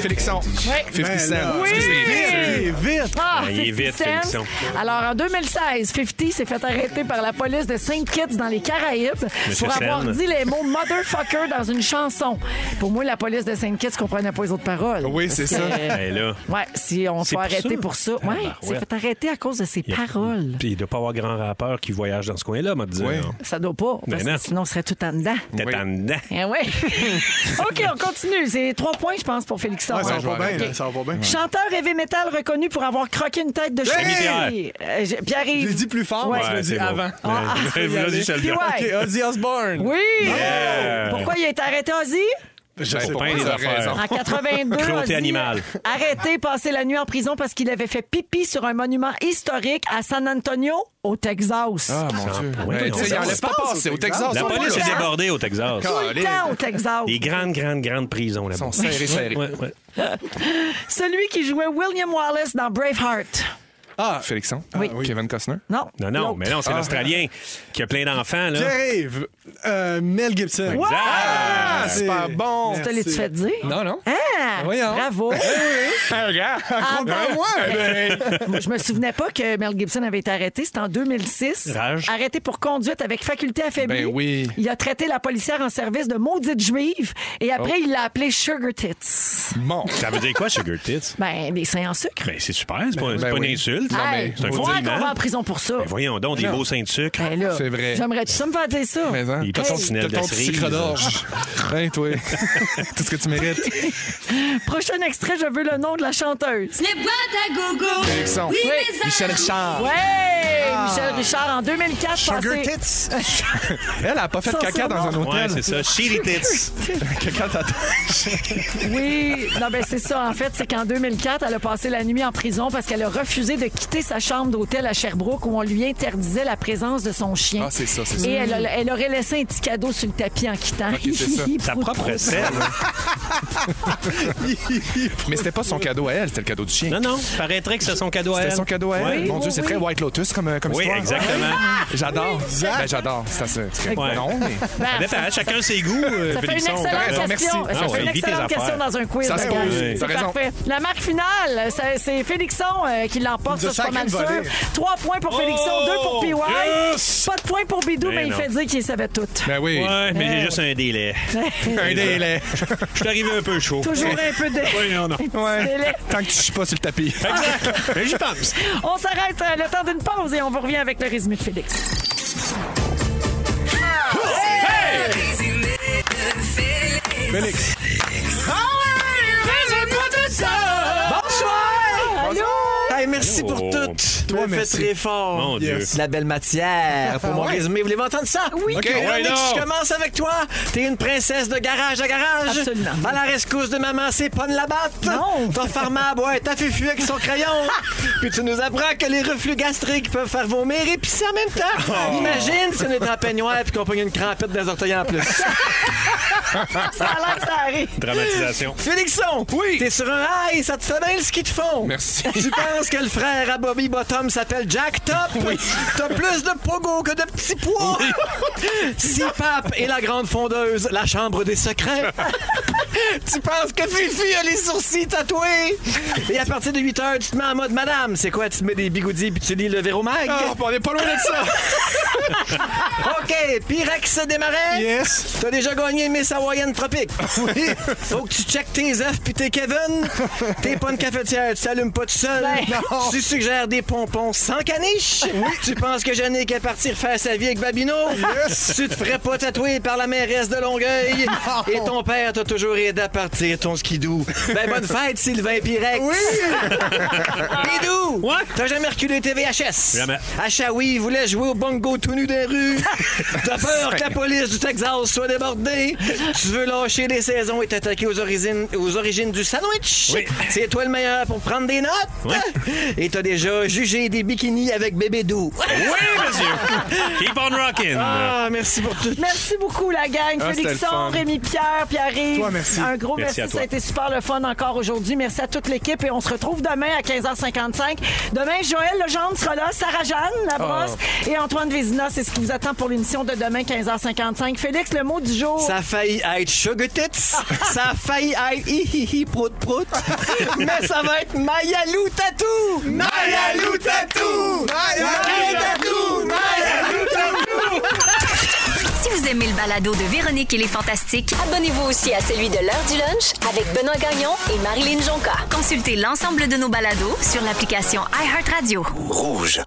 Félixon. Ouais. 50 Ben Cent. là. Oui! Vite, vite. Ah, Ben, il est 50 vite, Cent. Félixon. Alors, en 2016, 50 s'est fait arrêter par la police de Saint Kitts dans les Caraïbes Monsieur pour avoir Sen. dit les mots motherfucker dans une chanson. Pour moi, la police de Saint Kitts comprenait pas les autres paroles. Oui, c'est Parce ça. que, euh, *laughs* Ben là. Ouais, si on C'est soit pour arrêté ça? pour ça. Ah, Ouais, bah, c'est ouais. fait arrêter à cause de ses Il y a- paroles. Puis il doit pas avoir grand rappeur qui voyage dans ce coin-là, m'a dit. Ouais. Ça doit pas, Ben parce que non. sinon on serait tout en dedans. T'es Oui. en dedans. Eh ouais. *laughs* OK, on continue. C'est trois points, je pense, pour Félix Ouais, ça je va vais pas bien, arrêter. là, ça va pas bien. Chanteur heavy metal reconnu pour avoir croqué une tête de Euh, Rémi Pierre. Pierre Je l'ai dit plus fort, Ouais. mais je l'ai Ouais, dit c'est bon. avant. *laughs* Ah, ah, Ouais, voilà, regardez. je le Puis dis. ouais. OK, Ozzy Osbourne. Oui! Yeah. Pourquoi il a été arrêté, Ozzy? Je sais Pour pas, plein t'as d'affaires. raison. Ah, En 82, Cruauté Ozzy, animale. arrêté, passé la nuit en prison parce qu'il avait fait pipi sur un monument historique à San Antonio, au Texas. Ah, mon Dieu. Ouais, Ben, on tu sais, sait il en pas laisse ce pas qui se passe passer au au Texas. Texas. ils La sont police là. est débordée au Texas. Tout le temps au Texas. Des grandes, grandes, grandes prisons là-bas. Ils sont serrés, serrés. Ouais, ouais. Celui qui jouait William Wallace dans Braveheart. Ah, Félixon. Oui. Kevin Costner. Non. Non, non, l'autre. mais Ah. non, c'est l'Australien qui a plein d'enfants. là. Pierre-Yves, euh, Mel Gibson. Exact. Ah, super bon. Tu te l'as-tu fait dire? Non, non. Ah! Voyons. Bravo. Ah, Regarde, Comprends-moi. ben, Je me souvenais pas que Mel Gibson avait été arrêté. C'était en 2006. Rage. Arrêté pour conduite avec faculté affaiblie. Ben oui. Il a traité la policière en service de maudite juive et après, Oh. il l'a appelée Sugar Tits. Bon. Ça veut dire quoi, Sugar Tits? Ben, des seins en sucre. Ben, c'est super, c'est pas, c'est ben pas oui. une insulte. Non, mais Hey, c'est un faut dire qu'on compliment. va en prison pour ça. Ben, voyons donc, des Non. beaux seins de sucre. Ben là, C'est vrai. J'aimerais tout ça me faire dire ça. Mais, hein, Il t'as passe ton, au tunnel t'as de ton cerise. petit creux-d'orge. Hein, toi? Tout ce que tu mérites. Prochain extrait, je veux le nom de la chanteuse. Les boîtes à gogo. Son. Oui, mes Michel Richard. Ouais! Michel Richard, en 2004, Ah. Sugar passé- tits. *laughs* Elle a pas fait Ça, caca c'est dans un Ouais, hôtel. c'est ça. Shitty Tits. *laughs* caca t'attaches. *laughs* Oui, non, ben c'est ça. En fait, c'est qu'en 2004, elle a passé la nuit en prison parce qu'elle a refusé de quitter sa chambre d'hôtel à Sherbrooke où on lui interdisait la présence de son chien. Ah, c'est ça, c'est ça. Et elle, a- elle aurait laissé un petit cadeau sur le tapis en quittant. Ok, c'est *laughs* ça. Sa Pou, pou, propre pou. selle. Mais c'était pas son cadeau à elle, c'était le cadeau du chien. Non, non, paraîtrait que c'est son cadeau à elle. C'était son cadeau à elle. Ouais. Mon Dieu, c'est oui, très oui. White Lotus comme, comme Oui, histoire. exactement. *laughs* J'adore. Ben, j'adore. C'est assez. c'est- Ouais. Non, mais. *laughs* Ben, Ça dépend, hein, chacun ses goûts. euh, Ça fait une Félixon. excellente t'as raison, question. merci. Ça Ah fait ouais, vis une tes excellente affaires. question dans un quiz. Ça, c'est Regarde, oui, oui, c'est t'as raison. parfait. La marque finale, ça- c'est Félixon euh, qui l'emporte, De ça, c'est pas mal sacrée volée. sûr. Trois points pour Félixon, Oh, deux pour PY. yes! Pas de points pour Bidou, mais, Ben il non. fait dire qu'il *laughs* savait tout. Ben oui. Ouais, mais j'ai juste un délai. Un délai. Je suis arrivé un peu chaud. Toujours un peu de... *laughs* Oui, non, non. délai. Ouais. Tant que tu chies pas sur le tapis. Exact. Mais j'y pense. On s'arrête euh, le temps d'une pause et on vous revient avec le résumé de Félix. Résumé de Félix. Félix. Bonsoir! Allô? Hey, merci pour Oh. tout. Tu Toi, me fais merci. Ah, très fort. Mon Dieu. De La belle matière pour mon Ouais. résumé. Voulez-vous entendre ça? Oui. OK, Véronique, ouais, non. je commence avec toi. T'es une princesse de garage à garage. Absolument. À la rescousse de maman, c'est pas de la batte. Non. Ton farma boit ta fufu avec son *laughs* crayon. Puis tu nous apprends que les reflux gastriques peuvent faire vomir et pisser en même temps. Oh. Imagine si on est en peignoir et qu'on pogne une crampette dans les orteils en plus. *laughs* Ça a l'air que ça arrive. Dramatisation. Félixon! Oui. T'es sur un rail, ça te fait bien le ski de fond. Merci. Tu penses que le frère à Bobby Bottom s'appelle *laughs* Jack Top? T'as plus de pogo que de petits pois. Si Pape et la grande fondeuse, la chambre des *laughs* secrets. tu penses que Fifi a les sourcils tatoués. Et à partir de 8 heures, tu te mets en mode madame. C'est quoi? Tu te mets des bigoudis puis tu lis le Véro Mag? Ah, on est pas loin de ça. OK, Pyrex démarrait. Yes. T'as déjà gagné Miss Hawaiian Tropique. Oui. Faut que tu checkes tes œufs puis tes Kevin. T'es pas une cafetière, tu t'allumes pas tout seul. non. Tu suggères des pompons sans caniche. Oui. Tu penses que Jannick est parti refaire sa vie avec Babino. Yes. Tu te ferais pas tatouer par la mairesse de Longueuil. Non. Et ton père t'a toujours aidé à partir ton skidou. Ben, bonne fête, Sylvain Pyrex. Oui. *laughs* Bidou. Ouais. T'as jamais reculé TVHS. Jamais. Achaoui voulait jouer au bongo tout nu des rues. T'as peur que la police du Texas soit débordée. Tu veux lâcher les saisons et t'attaquer aux origines, aux origines du sandwich. Oui. C'est toi le meilleur pour prendre des notes. Et t'as déjà jugé des bikinis avec bébé doux. Oui, monsieur. Keep on rocking. Ah, merci pour tout. Merci beaucoup, la gang. Ah, c'était le Félixon, fun. Rémi Pierre, Pierre Toi, merci. Un gros Merci merci. à toi. Ça a été super le fun encore aujourd'hui. Merci à toute l'équipe et on se retrouve demain à 15h55. Demain, Joël Legendre sera là, Sarah-Jeanne Labrosse et Antoine Vézina. C'est ce qui vous attend pour l'émission de demain, 15h55. Félix, le mot du jour. Ça a failli être sugar *laughs* tits. ça a failli être hihihi prout *laughs* prout. Mais ça va être Mayalou Tatou. Mayalou Tatou. Mayalou Tatou. Mayalou Tatou. Si vous aimez le balado de Véronique et les Fantastiques, Abonnez-vous aussi à celui de l'heure du lunch avec Benoît Gagnon et Marilyn Jonca. consultez l'ensemble de nos balados sur l'application iHeartRadio. Rouge.